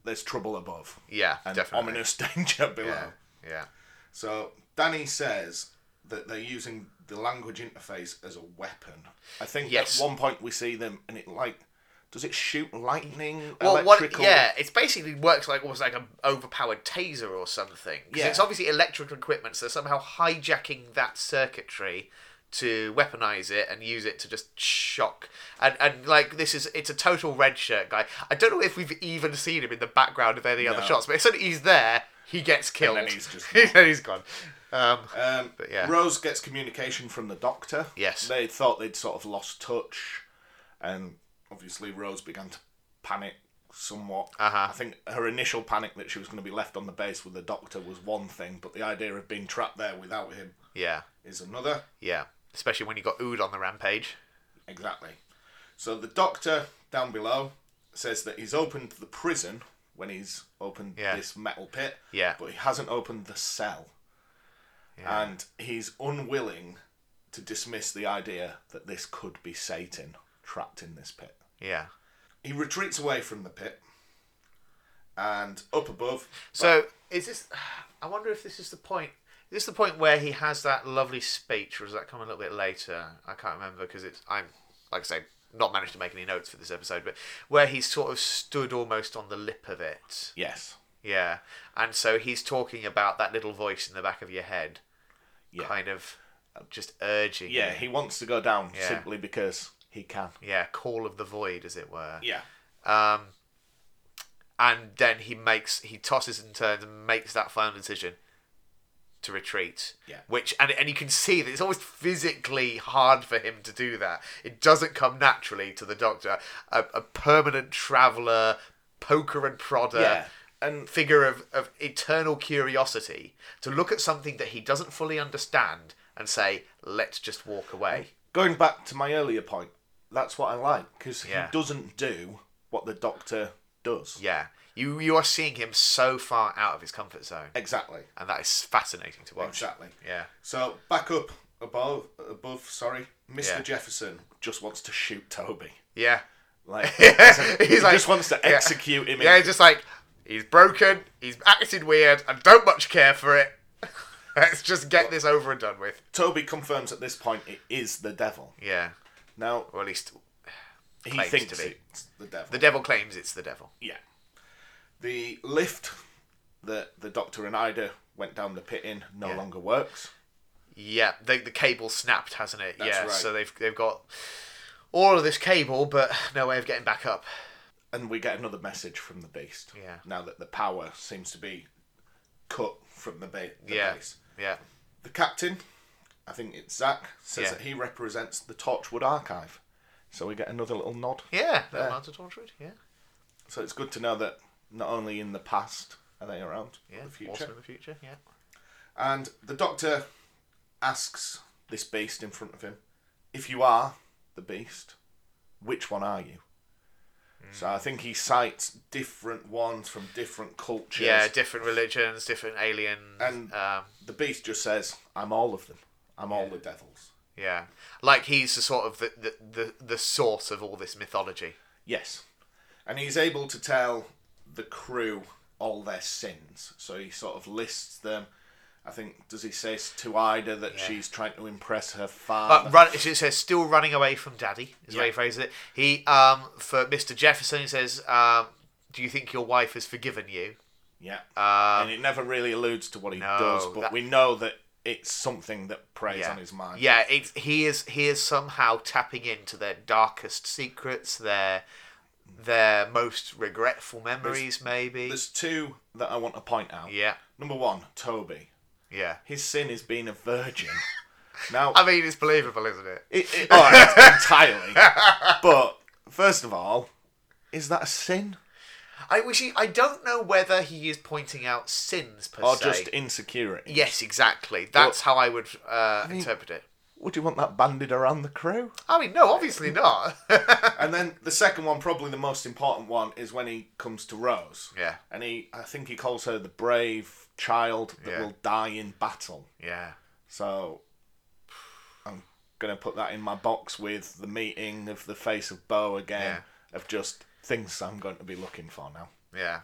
there's trouble above Yeah. and definitely. ominous danger below. Yeah. Yeah. So Danny says that they're using the language interface as a weapon. I think Yes. at one point we see them, and it like does it shoot lightning? Well, what? electrical? Yeah, it's basically works like almost like an overpowered taser or something. 'Cause Yeah. it's obviously electrical equipment, so they're somehow hijacking that circuitry to weaponize it and use it to just shock. And and like this is it's a total red shirt guy. I don't know if we've even seen him in the background of any other No. shots, but it's suddenly he's there, he gets killed, then he's just then he's gone. Um, Um, But yeah. Rose gets communication from the doctor. Yes. They thought they'd sort of lost touch, and obviously Rose began to panic somewhat. Uh-huh. I think her initial panic that she was going to be left on the base with the doctor was one thing, but the idea of being trapped there without him yeah, is another. yeah. Especially when you got Ood on the rampage. Exactly. So the doctor down below says that he's opened the prison when he's opened Yeah. this metal pit, Yeah. but he hasn't opened the cell. And he's unwilling to dismiss the idea that this could be Satan trapped in this pit. Yeah. He retreats away from the pit and up above. So is this? I wonder if this is the point. Is this the point where he has that lovely speech, or does that come a little bit later? I can't remember because it's I'm like I say not managed to make any notes for this episode, but where he's sort of stood almost on the lip of it. Yes. Yeah, and so he's talking about that little voice in the back of your head, Yeah. kind of just urging. Yeah, you. he wants to go down Yeah. simply because he can. yeah, call of the void, as it were. Yeah. Um, and then he makes he tosses and turns and makes that final decision to retreat. Yeah. Which and and you can see that it's almost physically hard for him to do that. It doesn't come naturally to the Doctor, a, a permanent traveller, poker and prodder. Yeah. And Figure of, of eternal curiosity to look at something that he doesn't fully understand and say, let's just walk away. going back to my earlier point, that's what I like because Yeah. he doesn't do what the Doctor does. Yeah. You you are seeing him so far out of his comfort zone. Exactly. and that is fascinating to watch. Exactly. Yeah, So back up above, above. Sorry, Mr. Yeah. Jefferson just wants to shoot Toby. yeah. Like He's he like, just wants to yeah. execute him. in- Yeah, he's just like he's broken, he's acted weird, and don't much care for it. Let's just get this over and done with. Toby confirms at this point it is the devil. Yeah, Now or at least he Claims to thinks be. it's the devil. the devil claims it's the devil. yeah. The lift that the Doctor and Ida went down the pit in no Yeah. longer works. Yeah, the the cable snapped, hasn't it? That's yeah, right. so they've they've got all of this cable, but no way of getting back up. and we get another message from the beast. Yeah. Now that the power seems to be cut from the, ba- the yeah, base. yeah. The captain, I think it's Zach, says Yeah. that he represents the Torchwood Archive. So we get another little nod. Yeah, Yeah. little lads of Torchwood. Yeah, So it's good to know that not only in the past are they around, yeah. but the future. Also in the future. Yeah. And the doctor asks this beast in front of him, if you are the beast, which one are you? So I think he cites different ones from different cultures. Yeah, different religions, different aliens. And- um, the beast just says, I'm all of them. I'm all the devils. yeah, like he's the sort of the, the, the, the source of all this mythology. Yes. And he's able to tell the crew all their sins. So he sort of lists them. I think, does he say s- to Ida that she's trying to impress her But Uh, father? run, it says still running away from daddy is the way Yeah. he phrases it. He um for Mr. Jefferson he says um do you think your wife has forgiven you? Yeah. Um, and it never really alludes to what he No, does, but that- we know that it's something that preys yeah. on his mind. Yeah, it's he is he is somehow tapping into their darkest secrets, their their most regretful memories, maybe. There's two that I want to point out. Yeah, Number one, Toby. yeah. His sin is being a virgin. now, I mean, it's believable, isn't it? it, it, all right, entirely. But first of all, is that a sin I wish he, I don't know whether he is pointing out sins per or se. just insecurity? yes, exactly. That's how I would uh, interpret it. Would you want that banded around the crew? I mean, no, obviously not. And then the second one, probably the most important one, is when he comes to Rose. Yeah. And he, I think he calls her the brave child that Yeah. will die in battle. yeah. So I'm gonna put that in my box with the meeting of the face of Bo again of just things I'm going to be looking for now. Yeah.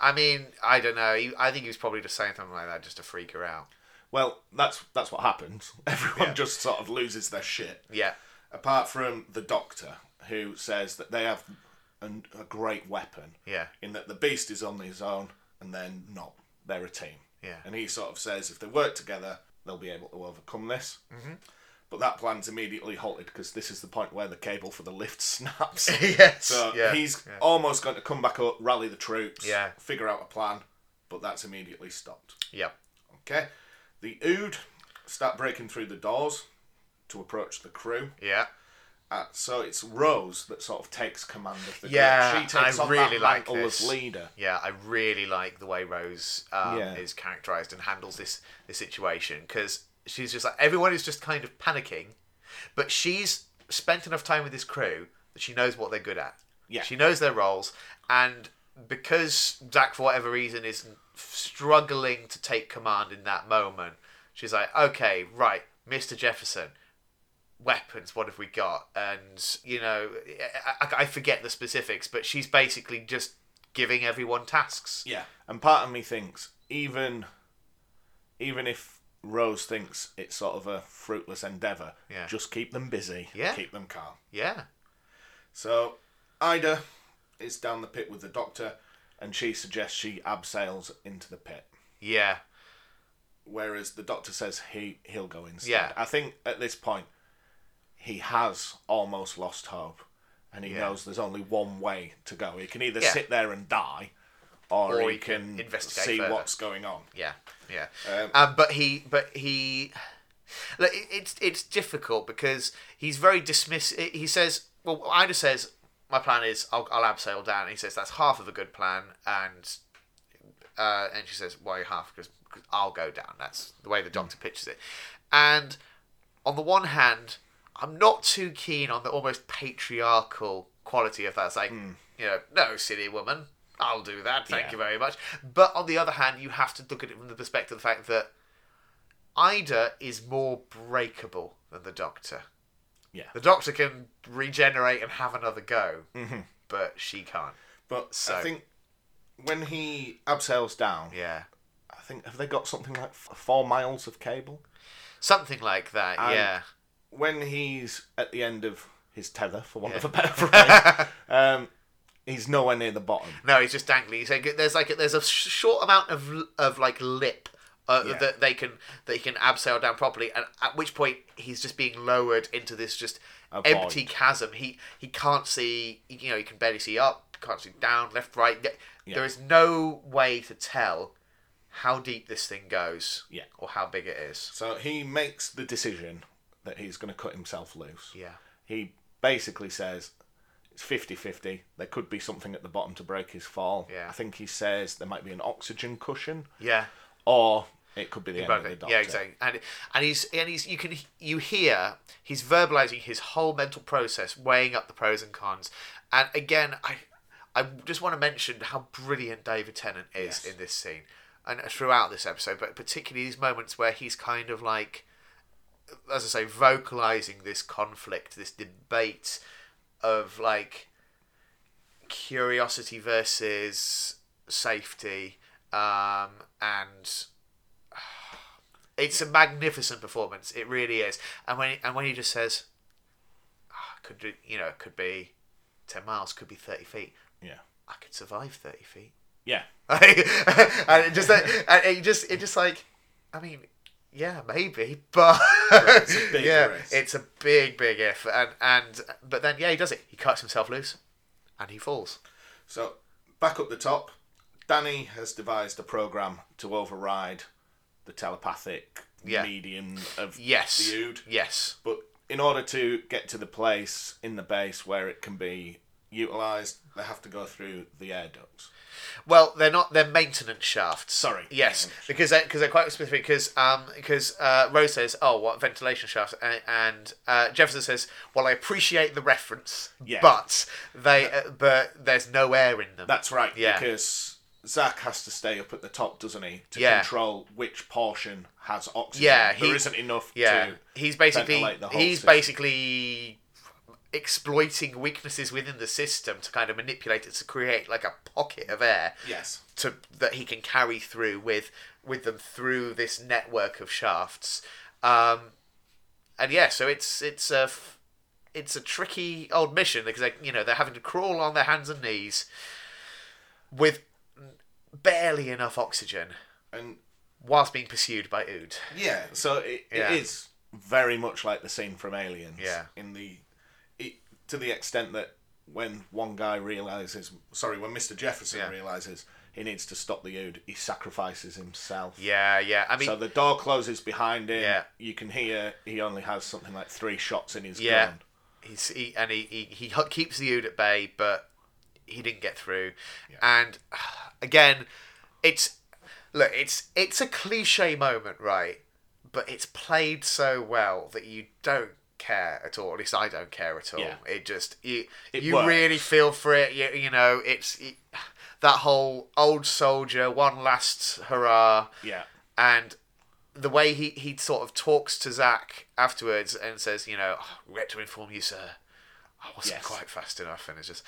I mean, I don't know. He- I think he was probably just saying something like that just to freak her out. Well, that's that's what happens. Everyone just sort of loses their shit. Yeah. Apart from the doctor, who says that they have an, a great weapon Yeah. in that the beast is on his own and then not. They're a team. Yeah. And he sort of says if they work together, they'll be able to overcome this. Mm-hmm. But that plan's immediately halted because this is the point where the cable for the lift snaps. yes. So yeah. he's almost going to come back up, rally the troops, Yeah. figure out a plan, but that's immediately stopped. Yeah. Okay. The Ood start breaking through the doors to approach the crew. Yeah. Uh, so it's Rose that sort of takes command of the Yeah, group. She takes I on really that like mantle this. as leader. Yeah, I really like the way Rose um, Yeah. is characterized and handles this this situation because she's just like everyone is just kind of panicking, but she's spent enough time with this crew that she knows what they're good at. Yeah. she knows their roles, and because Zach for whatever reason is struggling to take command in that moment, she's like, okay, right, Mister Jefferson, weapons what have we got and you know I, I- I forget the specifics but she's basically just giving everyone tasks Yeah. And part of me thinks even even if Rose thinks it's sort of a fruitless endeavour, Yeah. just keep them busy, Yeah. keep them calm. yeah So Ida is down the pit with the doctor, and she suggests she abseils into the pit, yeah whereas the doctor says he he'll go instead. Yeah. I think at this point he has almost lost hope, and he knows there's only one way to go. He can either Yeah. sit there and die, or, Or he he can can, investigate see further. what's going on. yeah yeah Um, um, but he but he look, it- it's it's difficult because he's very dismiss he says well Ida says my plan is I'll, I'll abseil down and he says that's half of a good plan and uh, and she says, "Why half? Because I'll go down." That's the way the doctor pitches it. And on the one hand, I'm not too keen on the almost patriarchal quality of that. It's like, you know, no, silly woman, I'll do that. Thank Hmm. Yeah. you very much. But on the other hand, you have to look at it from the perspective of the fact that Ida is more breakable than the doctor. Yeah. The doctor can regenerate and have another go, Mm-hmm. but she can't. But I So- think when he abseils down, Yeah. I think have they got something like f- four miles of cable? Something like that, And- yeah. when he's at the end of his tether, for want of a better phrase, um, he's nowhere near the bottom. No, he's just dangling. He's like, there's like there's a sh- short amount of l- of like lip uh, Yeah. that they can that he can abseil down properly, and at which point he's just being lowered into this just A empty chasm. He he can't see. You know, he can barely see up, can't see down, left, right. Th- There is no way to tell how deep this thing goes, Yeah. or how big it is. So he makes the decision that he's going to cut himself loose. Yeah, He basically says it's 50 50. There could be something at the bottom to break his fall. Yeah. I think he says there might be an oxygen cushion yeah, or it could be the end of the Right, doctor. yeah, exactly. And and he's and he's you can you hear he's verbalizing his whole mental process, weighing up the pros and cons. And again, I I just want to mention how brilliant David Tennant is Yes. in this scene and uh, throughout this episode, but particularly these moments where he's kind of like, as I say, vocalizing this conflict, this debate of like curiosity versus safety um, and it's a magnificent performance it really is and when and when he just says "Ah, could do, you know it could be 10 miles could be 30 feet Yeah. i could survive 30 feet Yeah. and it just and it just it just like i mean yeah maybe but it's a big yeah risk. it's a big big if and and but then yeah he does it he cuts himself loose and he falls So back up the top, Danny has devised a program to override the telepathic Yeah. medium of Yes. the Ood. Yes. But in order to get to the place in the base where it can be utilised, they have to go through the air ducts. Well, they're not. They're maintenance shafts. Sorry. Yes, because they're, cause they're quite specific. Because um, because uh, Rose says, "Oh, what ventilation shafts?" And, and uh, Jefferson says, "Well, I appreciate the reference, Yeah. but they uh, but there's no air in them." That's right, Yeah. because Zach has to stay up at the top, doesn't he, to Yeah. control which portion has oxygen. Yeah, he- there isn't enough yeah. to. He's basically ventilate the whole he's system. basically exploiting weaknesses within the system to kind of manipulate it to create like a pocket of air. Yes. to that he can carry through with with them through this network of shafts. Um, and yeah, so it's it's a f- it's a tricky old mission because they, you know they're having to crawl on their hands and knees with barely enough oxygen And whilst being pursued by Ood. Yeah, so it, Yeah. it is very much like the scene from Aliens. Yeah. In the, it, to the extent that when one guy realizes, sorry, when Mister Jefferson Yeah. realizes he needs to stop the Ood, he sacrifices himself. Yeah, yeah. I mean, So the door closes behind him. Yeah. You can hear he only has something like three shots in his Yeah. gun. He's, he and he, he he hu- keeps the Ood at bay, but he didn't get through. And again, it's look, it's it's a cliche moment, right? But it's played so well that you don't care at all. At least I don't care at all. Yeah. It just you It you works. really feel for it. You, you know, it's it, that whole old soldier, one last hurrah Yeah. and the way he, he sort of talks to Zach afterwards and says, you know, "Oh, regret to inform you, sir, I wasn't Yes. quite fast enough, and it's just,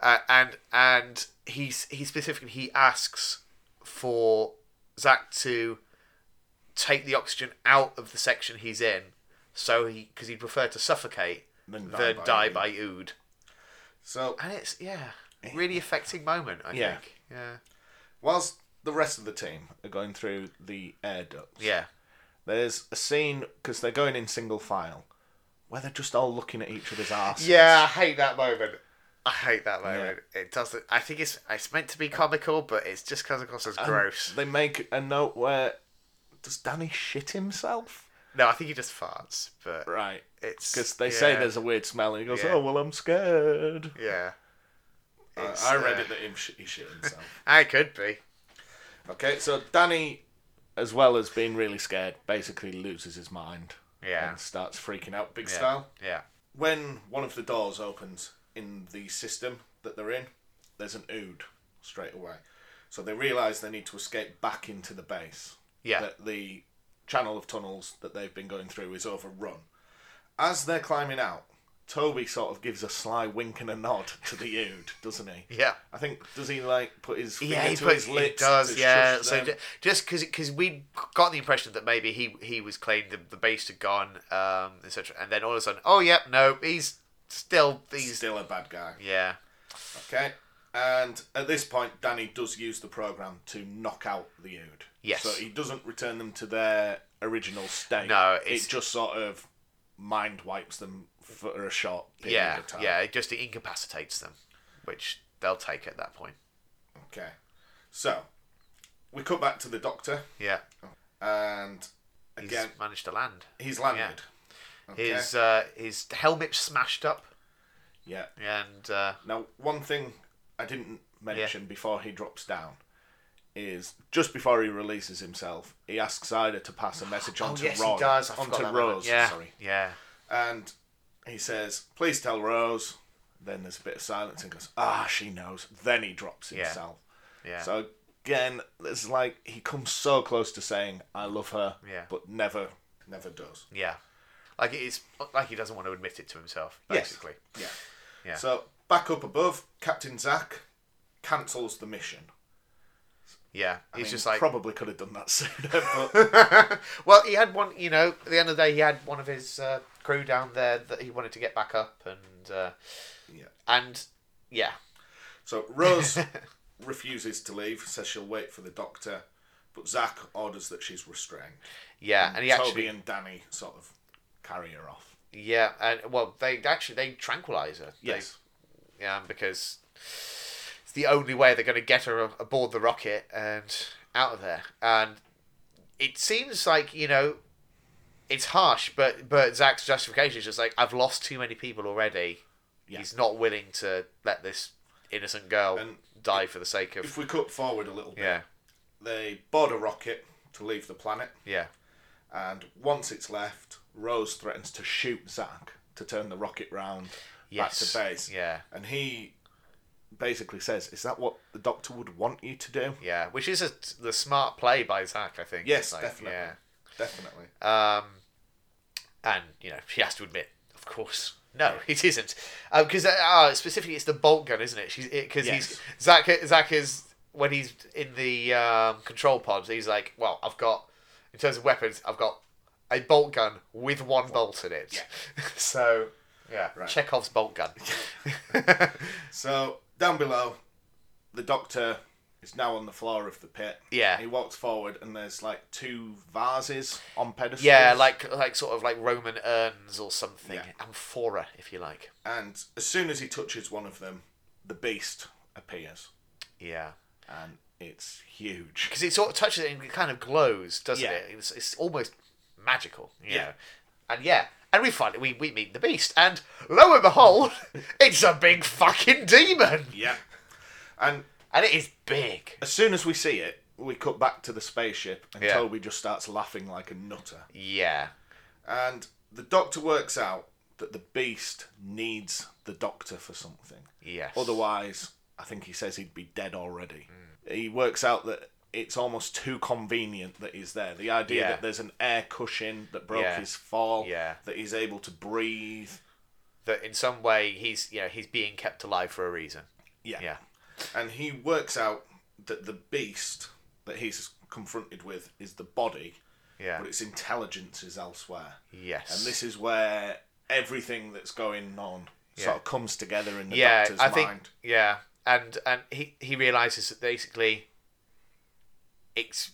uh, and and he s- he specifically he asks for Zach to take the oxygen out of the section he's in, so he because he'd prefer to suffocate Than than die die, by ood. by ood, So and it's yeah, really affecting moment. I Yeah. think yeah whilst the rest of the team are going through the air ducts, yeah there's a scene because they're going in single file, where they're just all looking at each other's arses. Yeah, I hate that moment. I hate that moment. It doesn't. I think it's it's meant to be comical, but it's just comes across Um, as gross. They make a note where does Danny shit himself? No, I think he just farts, but Right. it's Because they say yeah, there's a weird smell, and he goes, Yeah. "Oh well, I'm scared." yeah. I, It's, I read uh, it that him sh- he shit himself. I could be. okay, so Danny, as well as being really scared, basically loses his mind. Yeah. And starts freaking out, big Yeah. style. Yeah. When one of the doors opens in the system that they're in, there's an ood straight away. So they realise they need to escape back into the base. Yeah. That the channel of tunnels that they've been going through is overrun. As they're climbing out, Toby sort of gives a sly wink and a nod to the ood, doesn't he? Yeah. I think does he like put his finger Yeah, he to puts, his lips? It does, to yeah. shush So them? ju- just because because we got the impression that maybe he he was claimed the, the base had gone, um, etc. And then all of a sudden, oh yep, no, he's still he's he's still a bad guy. yeah Okay. And at this point, Danny does use the program to knock out the Ood. Yes. So he doesn't return them to their original state. No, it's- it just sort of mind wipes them for a short period yeah of time. yeah. It just incapacitates them, which they'll take at that point. Okay. So we cut back to the doctor, Yeah, and he's again, managed to land. he's, landed. Okay. His uh, his helmet smashed up, yeah. and uh, Now, one thing I didn't mention before he drops down is just before he releases himself, he asks Ida to pass a Oh, message on to Roy, on to Rose. Yeah, Sorry, yeah. and he says, "Please tell Rose." Then there's a bit of silence and goes, "Ah, she knows." Then he drops himself. Yeah. So again, it's like he comes so close to saying, "I love her," Yeah. but never, never does. Yeah. Like it's like he doesn't want to admit it to himself, Yes. basically. Yeah. Yeah. So back up above, Captain Zack cancels the mission. Yeah. He's mean, just like probably could have done that sooner, but Well, he had one you know, at the end of the day he had one of his uh, crew down there that he wanted to get back up and uh, Yeah. and yeah. So Rose refuses to leave, says she'll wait for the doctor, but Zach orders that she's restrained. Yeah, and he Toby actually and Danny sort of carry her off. Yeah, and well they actually they tranquilize her. They- Yes. yeah, because it's the only way they're going to get her a- aboard the rocket and out of there. And it seems like you know, it's harsh, but but Zach's justification is just like I've lost too many people already. Yeah. He's not willing to let this innocent girl And die for the sake of If we cut forward a little bit, yeah they board a rocket to leave the planet, yeah and once it's left, Rose threatens to shoot Zach to turn the rocket round yes back to base. yeah And he basically says, Is that what the doctor would want you to do? yeah, which is a, the smart play by Zach, I think. Yes, Like, definitely. Yeah. Definitely. Um, and you know, she has to admit, of course, no, it isn't, because uh, uh, specifically it's the bolt gun, isn't it? She's because he's Zach. Zach is when he's in the um, control pods. He's like, well, I've got in terms of weapons, I've got a bolt gun with one bolt in it. Yeah. so yeah, Right. Chekhov's bolt gun. So down below, the doctor is now on the floor of the pit. Yeah. He walks forward, and there's like two vases on pedestals. yeah, like like sort of like Roman urns or something, Yeah. amphora, if you like. And as soon as he touches one of them, the beast appears, Yeah. and it's huge. because it sort of touches it and it kind of glows, doesn't Yeah. it? It's, it's almost magical, you Yeah. know. And yeah, and we finally we, we meet the beast, and lo and behold, it's a big fucking demon, Yeah. And and it is big. as soon as we see it, we cut back to the spaceship, and Yeah. Toby just starts laughing like a nutter. Yeah, And the doctor works out that the beast needs the doctor for something. yes. Otherwise, I think he says he'd be dead already. He works out that it's almost too convenient that he's there. The idea Yeah. that there's an air cushion that broke Yeah. his fall, Yeah. that he's able to breathe. that in some way he's you know he's being kept alive for a reason. Yeah. Yeah, And he works out that the beast that he's confronted with is the body, yeah, but its intelligence is elsewhere. yes. And this is where everything that's going on Yeah. sort of comes together in the yeah, doctor's I mind. think yeah, and and he he realizes that basically it's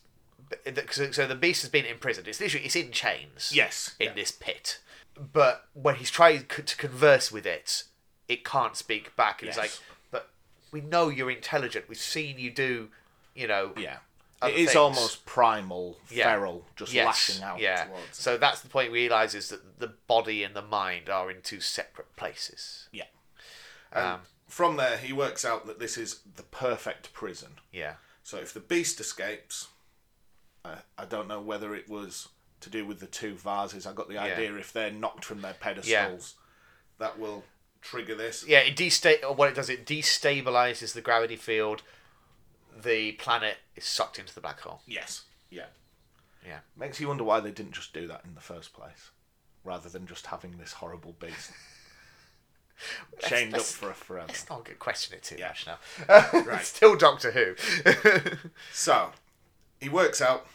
so so the beast has been imprisoned. It's literally it's in chains. Yes. in this pit. But when he's trying c- to converse with it, it can't speak back. And he's like, Yes. "But we know you're intelligent. We've seen you do, you know." Yeah. other it is things. almost primal, Yeah. feral, just Yes, lashing out yeah. towards. So that's the point. He realizes that the body and the mind are in two separate places. Yeah. Um, Um, From there, he works out that this is the perfect prison. Yeah. So if the beast escapes, uh, I don't know whether it was to do with the two vases. I got the idea if they're knocked from their pedestals, that will trigger this. Yeah. It desta- What it does, it destabilizes the gravity field. The planet is sucked into the black hole. Yes. Yeah. Yeah. Makes you wonder why they didn't just do that in the first place, rather than just having this horrible beast chained That's- up for a forever. Let's not get question it too Yeah. much now. Right. Still Doctor Who. So, he works out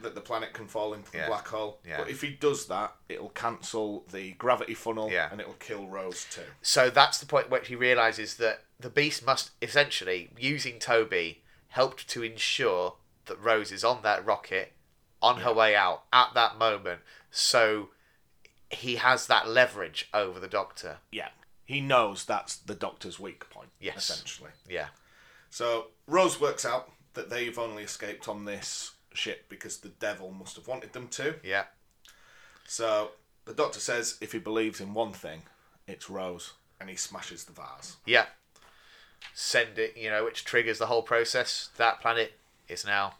that the planet can fall into the Yeah. black hole. Yeah. But if he does that, it'll cancel the gravity funnel Yeah. and it'll kill Rose too. So that's the point where he realizes that the beast must essentially, using Toby, helped to ensure that Rose is on that rocket on her way out at that moment. So he has that leverage over the doctor. Yeah. He knows that's the doctor's weak point. Yes. Essentially. Yeah. So Rose works out that they've only escaped on this ship because the devil must have wanted them to. Yeah. So the doctor says if he believes in one thing, it's Rose, and he smashes the vase. Yeah. Send it, you know, which triggers the whole process. That planet is now,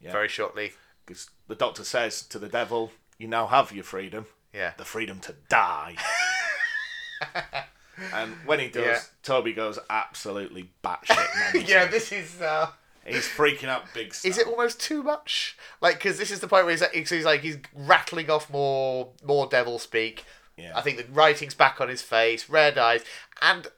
Yeah. very shortly. Because the doctor says to the devil, You now have your freedom, Yeah. the freedom to die. and when he does, Yeah. Toby goes absolutely batshit mad. yeah, this is. Uh... He's freaking out big stuff. Is it almost too much? Like, because this is the point where he's, he's, he's like he's rattling off more more devil speak. Yeah. I think the writing's back on his face, red eyes, and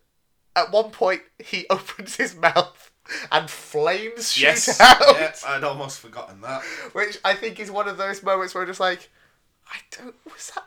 at one point he opens his mouth and flames shoot Yes. out, yeah, I'd almost forgotten that. which I think is one of those moments where I'm just like, I don't was that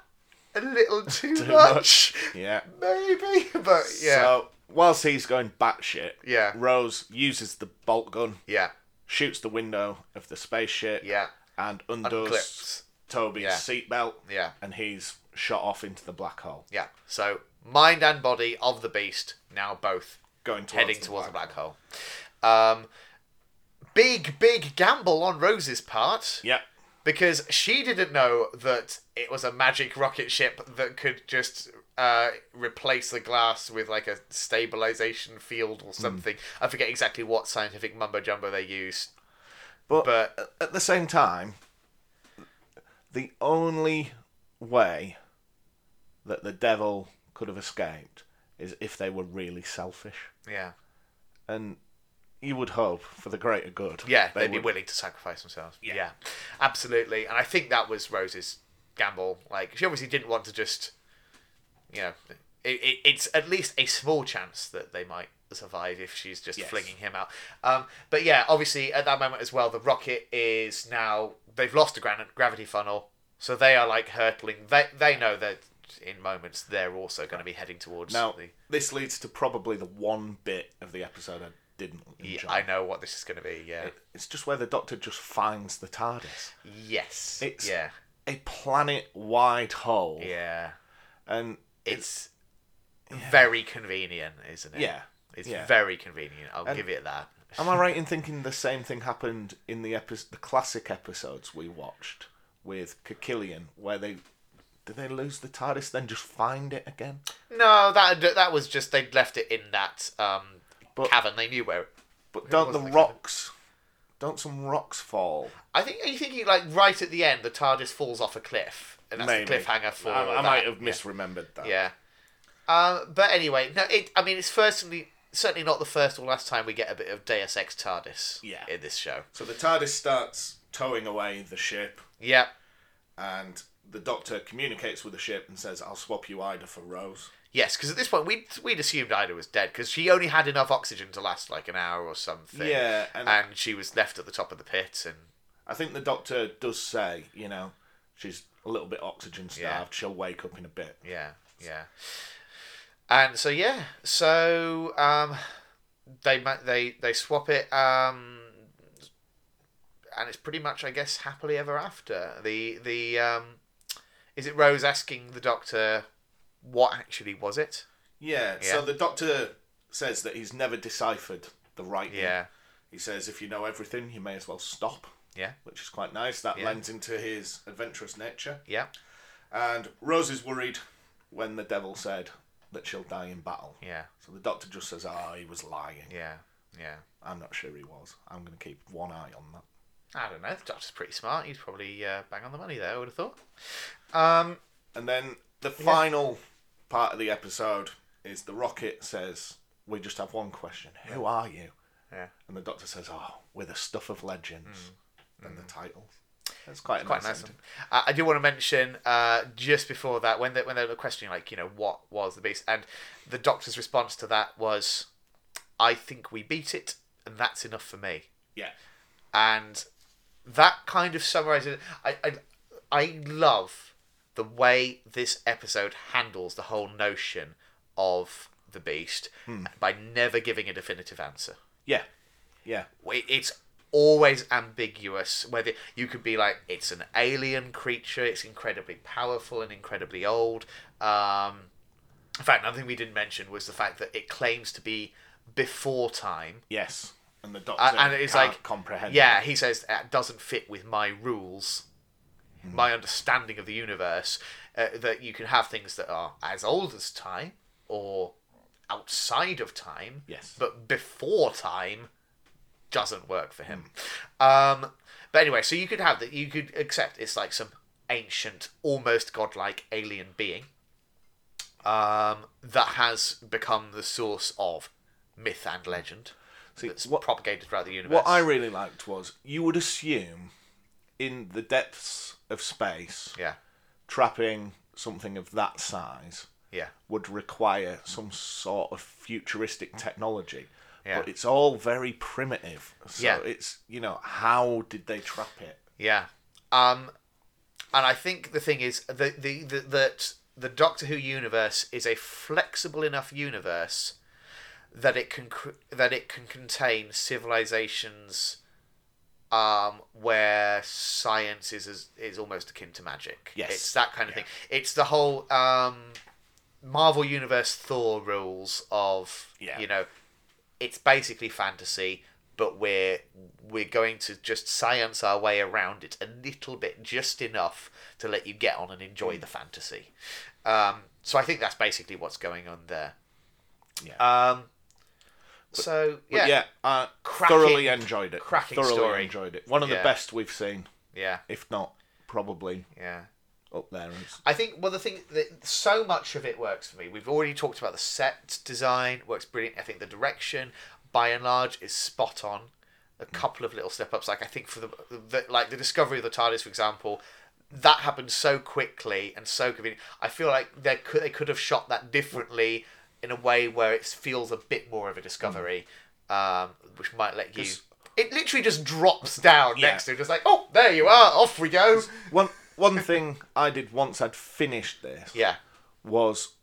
a little too, much? much. Yeah. Maybe, but yeah, So whilst he's going batshit, Yeah. Rose uses the bolt gun, yeah, shoots the window of the spaceship, yeah, and undoes clips, Toby's Yeah. seatbelt, yeah, and he's shot off into the black hole, yeah. So mind and body of the beast now both going towards heading towards the black hole. Um, big, big gamble on Rose's part Yeah, because she didn't know that it was a magic rocket ship that could just uh, replace the glass with like a stabilization field or something. I forget exactly what scientific mumbo jumbo they use, but, but at the same time, the only way that the devil could have escaped is if they were really selfish, yeah, and you would hope for the greater good. yeah, they they'd be would willing to sacrifice themselves. Yeah. absolutely. And I think that was Rose's gamble. Like she obviously didn't want to just, you know, it, it, it's at least a small chance that they might survive if she's just Yes. flinging him out. Um, but yeah, obviously at that moment as well, the rocket is now they've lost the gran- gravity funnel, so they are like hurtling. They they know that in moments they're also going to be heading towards Now, the. this leads to probably the one bit of the episode I didn't enjoy. I know what this is going to be. Yeah. It's just where the Doctor just finds the TARDIS. yes. It's- yeah. A planet wide hole. Yeah. And it's very convenient, isn't it? yeah. it's yeah. Oh. very convenient. I'll give it that. Am I right in thinking the same thing happened in the epi- the classic episodes we watched with Kikillian, where they did they lose the TARDIS then just find it again? No, that that was just they left it in that um, But- cavern. They knew where. It, But don't was the the rocks don't some rocks fall? I think. Are you thinking like right at the end, the TARDIS falls off a cliff, and that's the Maybe. cliffhanger for. I, I that. might have misremembered that. Yeah. Um, but anyway, no. It. I mean, it's certainly certainly not the first or last time we get a bit of Deus Ex TARDIS. Yeah. In this show. So the TARDIS starts towing away the ship Yeah. and the doctor communicates with the ship and says, "I'll swap you Ida for Rose." Yes, because at this point we'd we'd assumed Ida was dead because she only had enough oxygen to last like an hour or something. Yeah, and, and- she was left at the top of the pit, and I think the doctor does say, you know, she's a little bit oxygen starved. Yeah. She'll wake up in a bit. yeah, yeah. And so yeah, so um, they ma- they they swap it, um, and it's pretty much I guess happily ever after. The the um, is it Rose asking the doctor what actually was it? Yeah. Yeah. So the doctor says that he's never deciphered the right. one. Yeah, He says, if you know everything, you may as well stop, yeah, which is quite nice. That Yeah. lends into his adventurous nature. yeah, And Rose is worried when the devil said that she'll die in battle. yeah, So the doctor just says, "Ah, he was lying. yeah, yeah. I'm not sure he was. I'm going to keep one eye on that." I don't know. The doctor's pretty smart. He'd probably uh, bang on the money there. I would have thought. Um, And then the final part of the episode is the rocket says, "We just have one question: Who are you?" Yeah. And the doctor says, "Oh, we're the stuff of legends." And the title. That's quite a Mm. quite nice. nice. One. ending. Uh, I do want to mention uh, just before that when they when they were questioning like you know what was the beast and the doctor's response to that was, I think we beat it and that's enough for me. Yeah. and that kind of summarizes I, I i love the way this episode handles the whole notion of the beast by never giving a definitive answer Yeah. Yeah. it- it's always ambiguous whether you could be like it's an alien creature it's incredibly powerful and incredibly old um in fact another thing we didn't mention was the fact that it claims to be before time Yes. and the doctor A- and it's can't like comprehend. Yeah, he says that doesn't fit with my rules, Hmm. my understanding of the universe. Uh, that you can have things that are as old as time or outside of time. Yes. but before time doesn't work for him. Hmm. Um, but anyway, so you could have that. You could accept it's like some ancient, almost godlike alien being um, that has become the source of myth and legend See, that's what- propagated throughout the universe. What I really liked was you would assume in the depths of space, yeah, trapping something of that size yeah, would require some sort of futuristic technology. Yeah. But it's all very primitive. So Yeah. it's, you know, how did they trap it? yeah. Um, and I think the thing is the, the, the that the Doctor Who universe is a flexible enough universe that it can cr- that it can contain civilizations um, where science is, is is almost akin to magic. Yes. it's that kind of thing. It's the whole um, Marvel Universe Thor rules of Yeah. you know, it's basically fantasy, but we're we're going to just science our way around it a little bit, just enough to let you get on and Hmm. enjoy the fantasy. Um, so I think that's basically what's going on there. Yeah. Um, so But yeah, yeah, yeah, I Cracking- thoroughly enjoyed it. cracking thoroughly story. enjoyed it. One of Yeah. the best we've seen, yeah, if not probably up there. as- I think well the thing that so much of it works for me. We've already talked about the set design works brilliant. I think the direction, by and large, is spot on. A couple of little step ups, like I think for the, the like the discovery of the TARDIS, for example, that happened so quickly and so convenient. I feel like they could they could have shot that differently in a way where it feels a bit more of a discovery, um, which might let you. It literally just drops down Yeah. next to, it, just like oh, there you are, off we go. One one thing I did once I'd finished this Yeah, was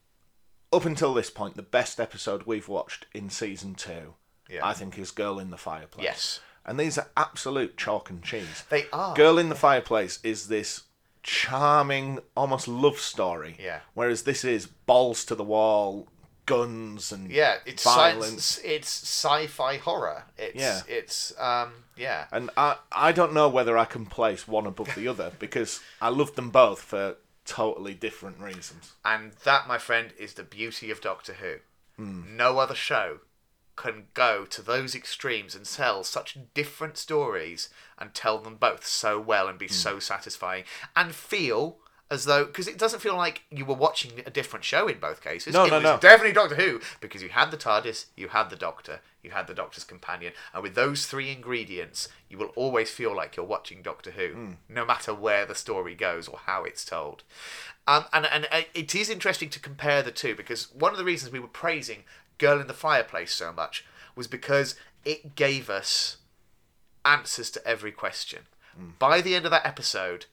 up until this point the best episode we've watched in season two. Yeah. I think is Girl in the Fireplace. Yes. And these are absolute chalk and cheese. they are. Girl in the Fireplace is this charming, almost love story. Yeah. Whereas this is balls to the wall, guns and Yeah, it's violence. science. It's sci-fi horror. It's Yeah. it's um yeah. And I I don't know whether I can place one above the other because I love them both for totally different reasons. And that, my friend, is the beauty of Doctor Who. Hmm. No other show can go to those extremes and tell such different stories and tell them both so well and be Hmm. so satisfying and feel as though because it doesn't feel like you were watching a different show in both cases. No, it no, was no. Definitely Doctor Who because you had the TARDIS, you had the Doctor, you had the Doctor's companion, and with those three ingredients, you will always feel like you're watching Doctor Who, no matter where the story goes or how it's told. Um, and and uh, it is interesting to compare the two because one of the reasons we were praising Girl in the Fireplace so much was because it gave us answers to every question. By the end of that episode,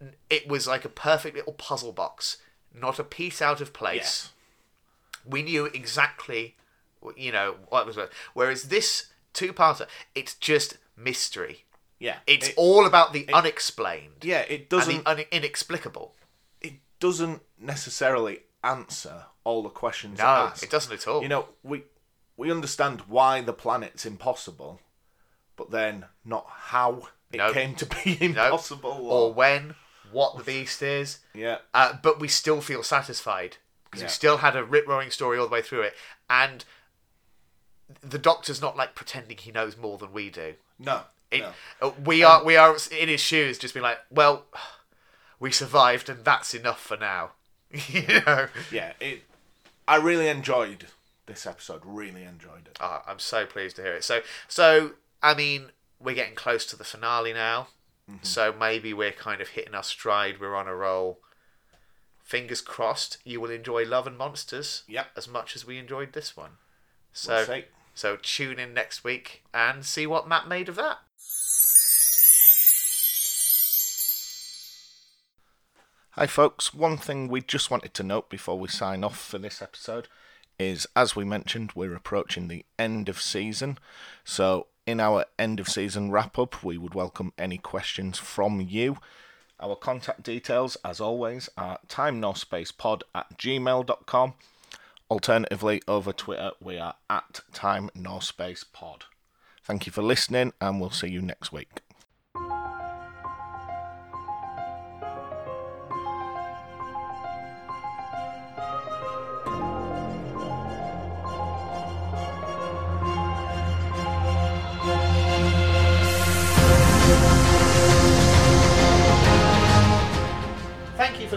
n- it was like a perfect little puzzle box, not a piece out of place Yes. we knew exactly, you know, what was. Whereas this two-parter, it's just mystery. Yeah. It's It- all about the unexplained yeah, it and doesn't the un- inexplicable. it doesn't necessarily answer all the questions No, asked. it doesn't at all. You know, we we understand why the planet's impossible, but then not how it No. came to be No. impossible. or when, what the beast is. yeah, Uh, but we still feel satisfied because we Yeah. still had a rip roaring story all the way through it, and the Doctor's not like pretending he knows more than we do. no, It, no. uh, We are we are in his shoes, just being like, well, we survived, and that's enough for now. you know, yeah. It. I really enjoyed this episode. Really enjoyed it. Ah, I'm so pleased to hear it. So so I mean, we're getting close to the finale now, so maybe we're kind of hitting our stride. We're on a roll. Fingers crossed, you will enjoy Love and Monsters Yep. as much as we enjoyed this one. So We'll see. so tune in next week and see what Matt made of that. Hi, folks. One thing we just wanted to note before we sign off for this episode is as we mentioned, we're approaching the end of season. So, in our end of season wrap up, we would welcome any questions from you. Our contact details, as always, are time no space pod at gmail.com. Alternatively, over Twitter, we are at time no space pod. Thank you for listening, and we'll see you next week. Thank you for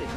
theme.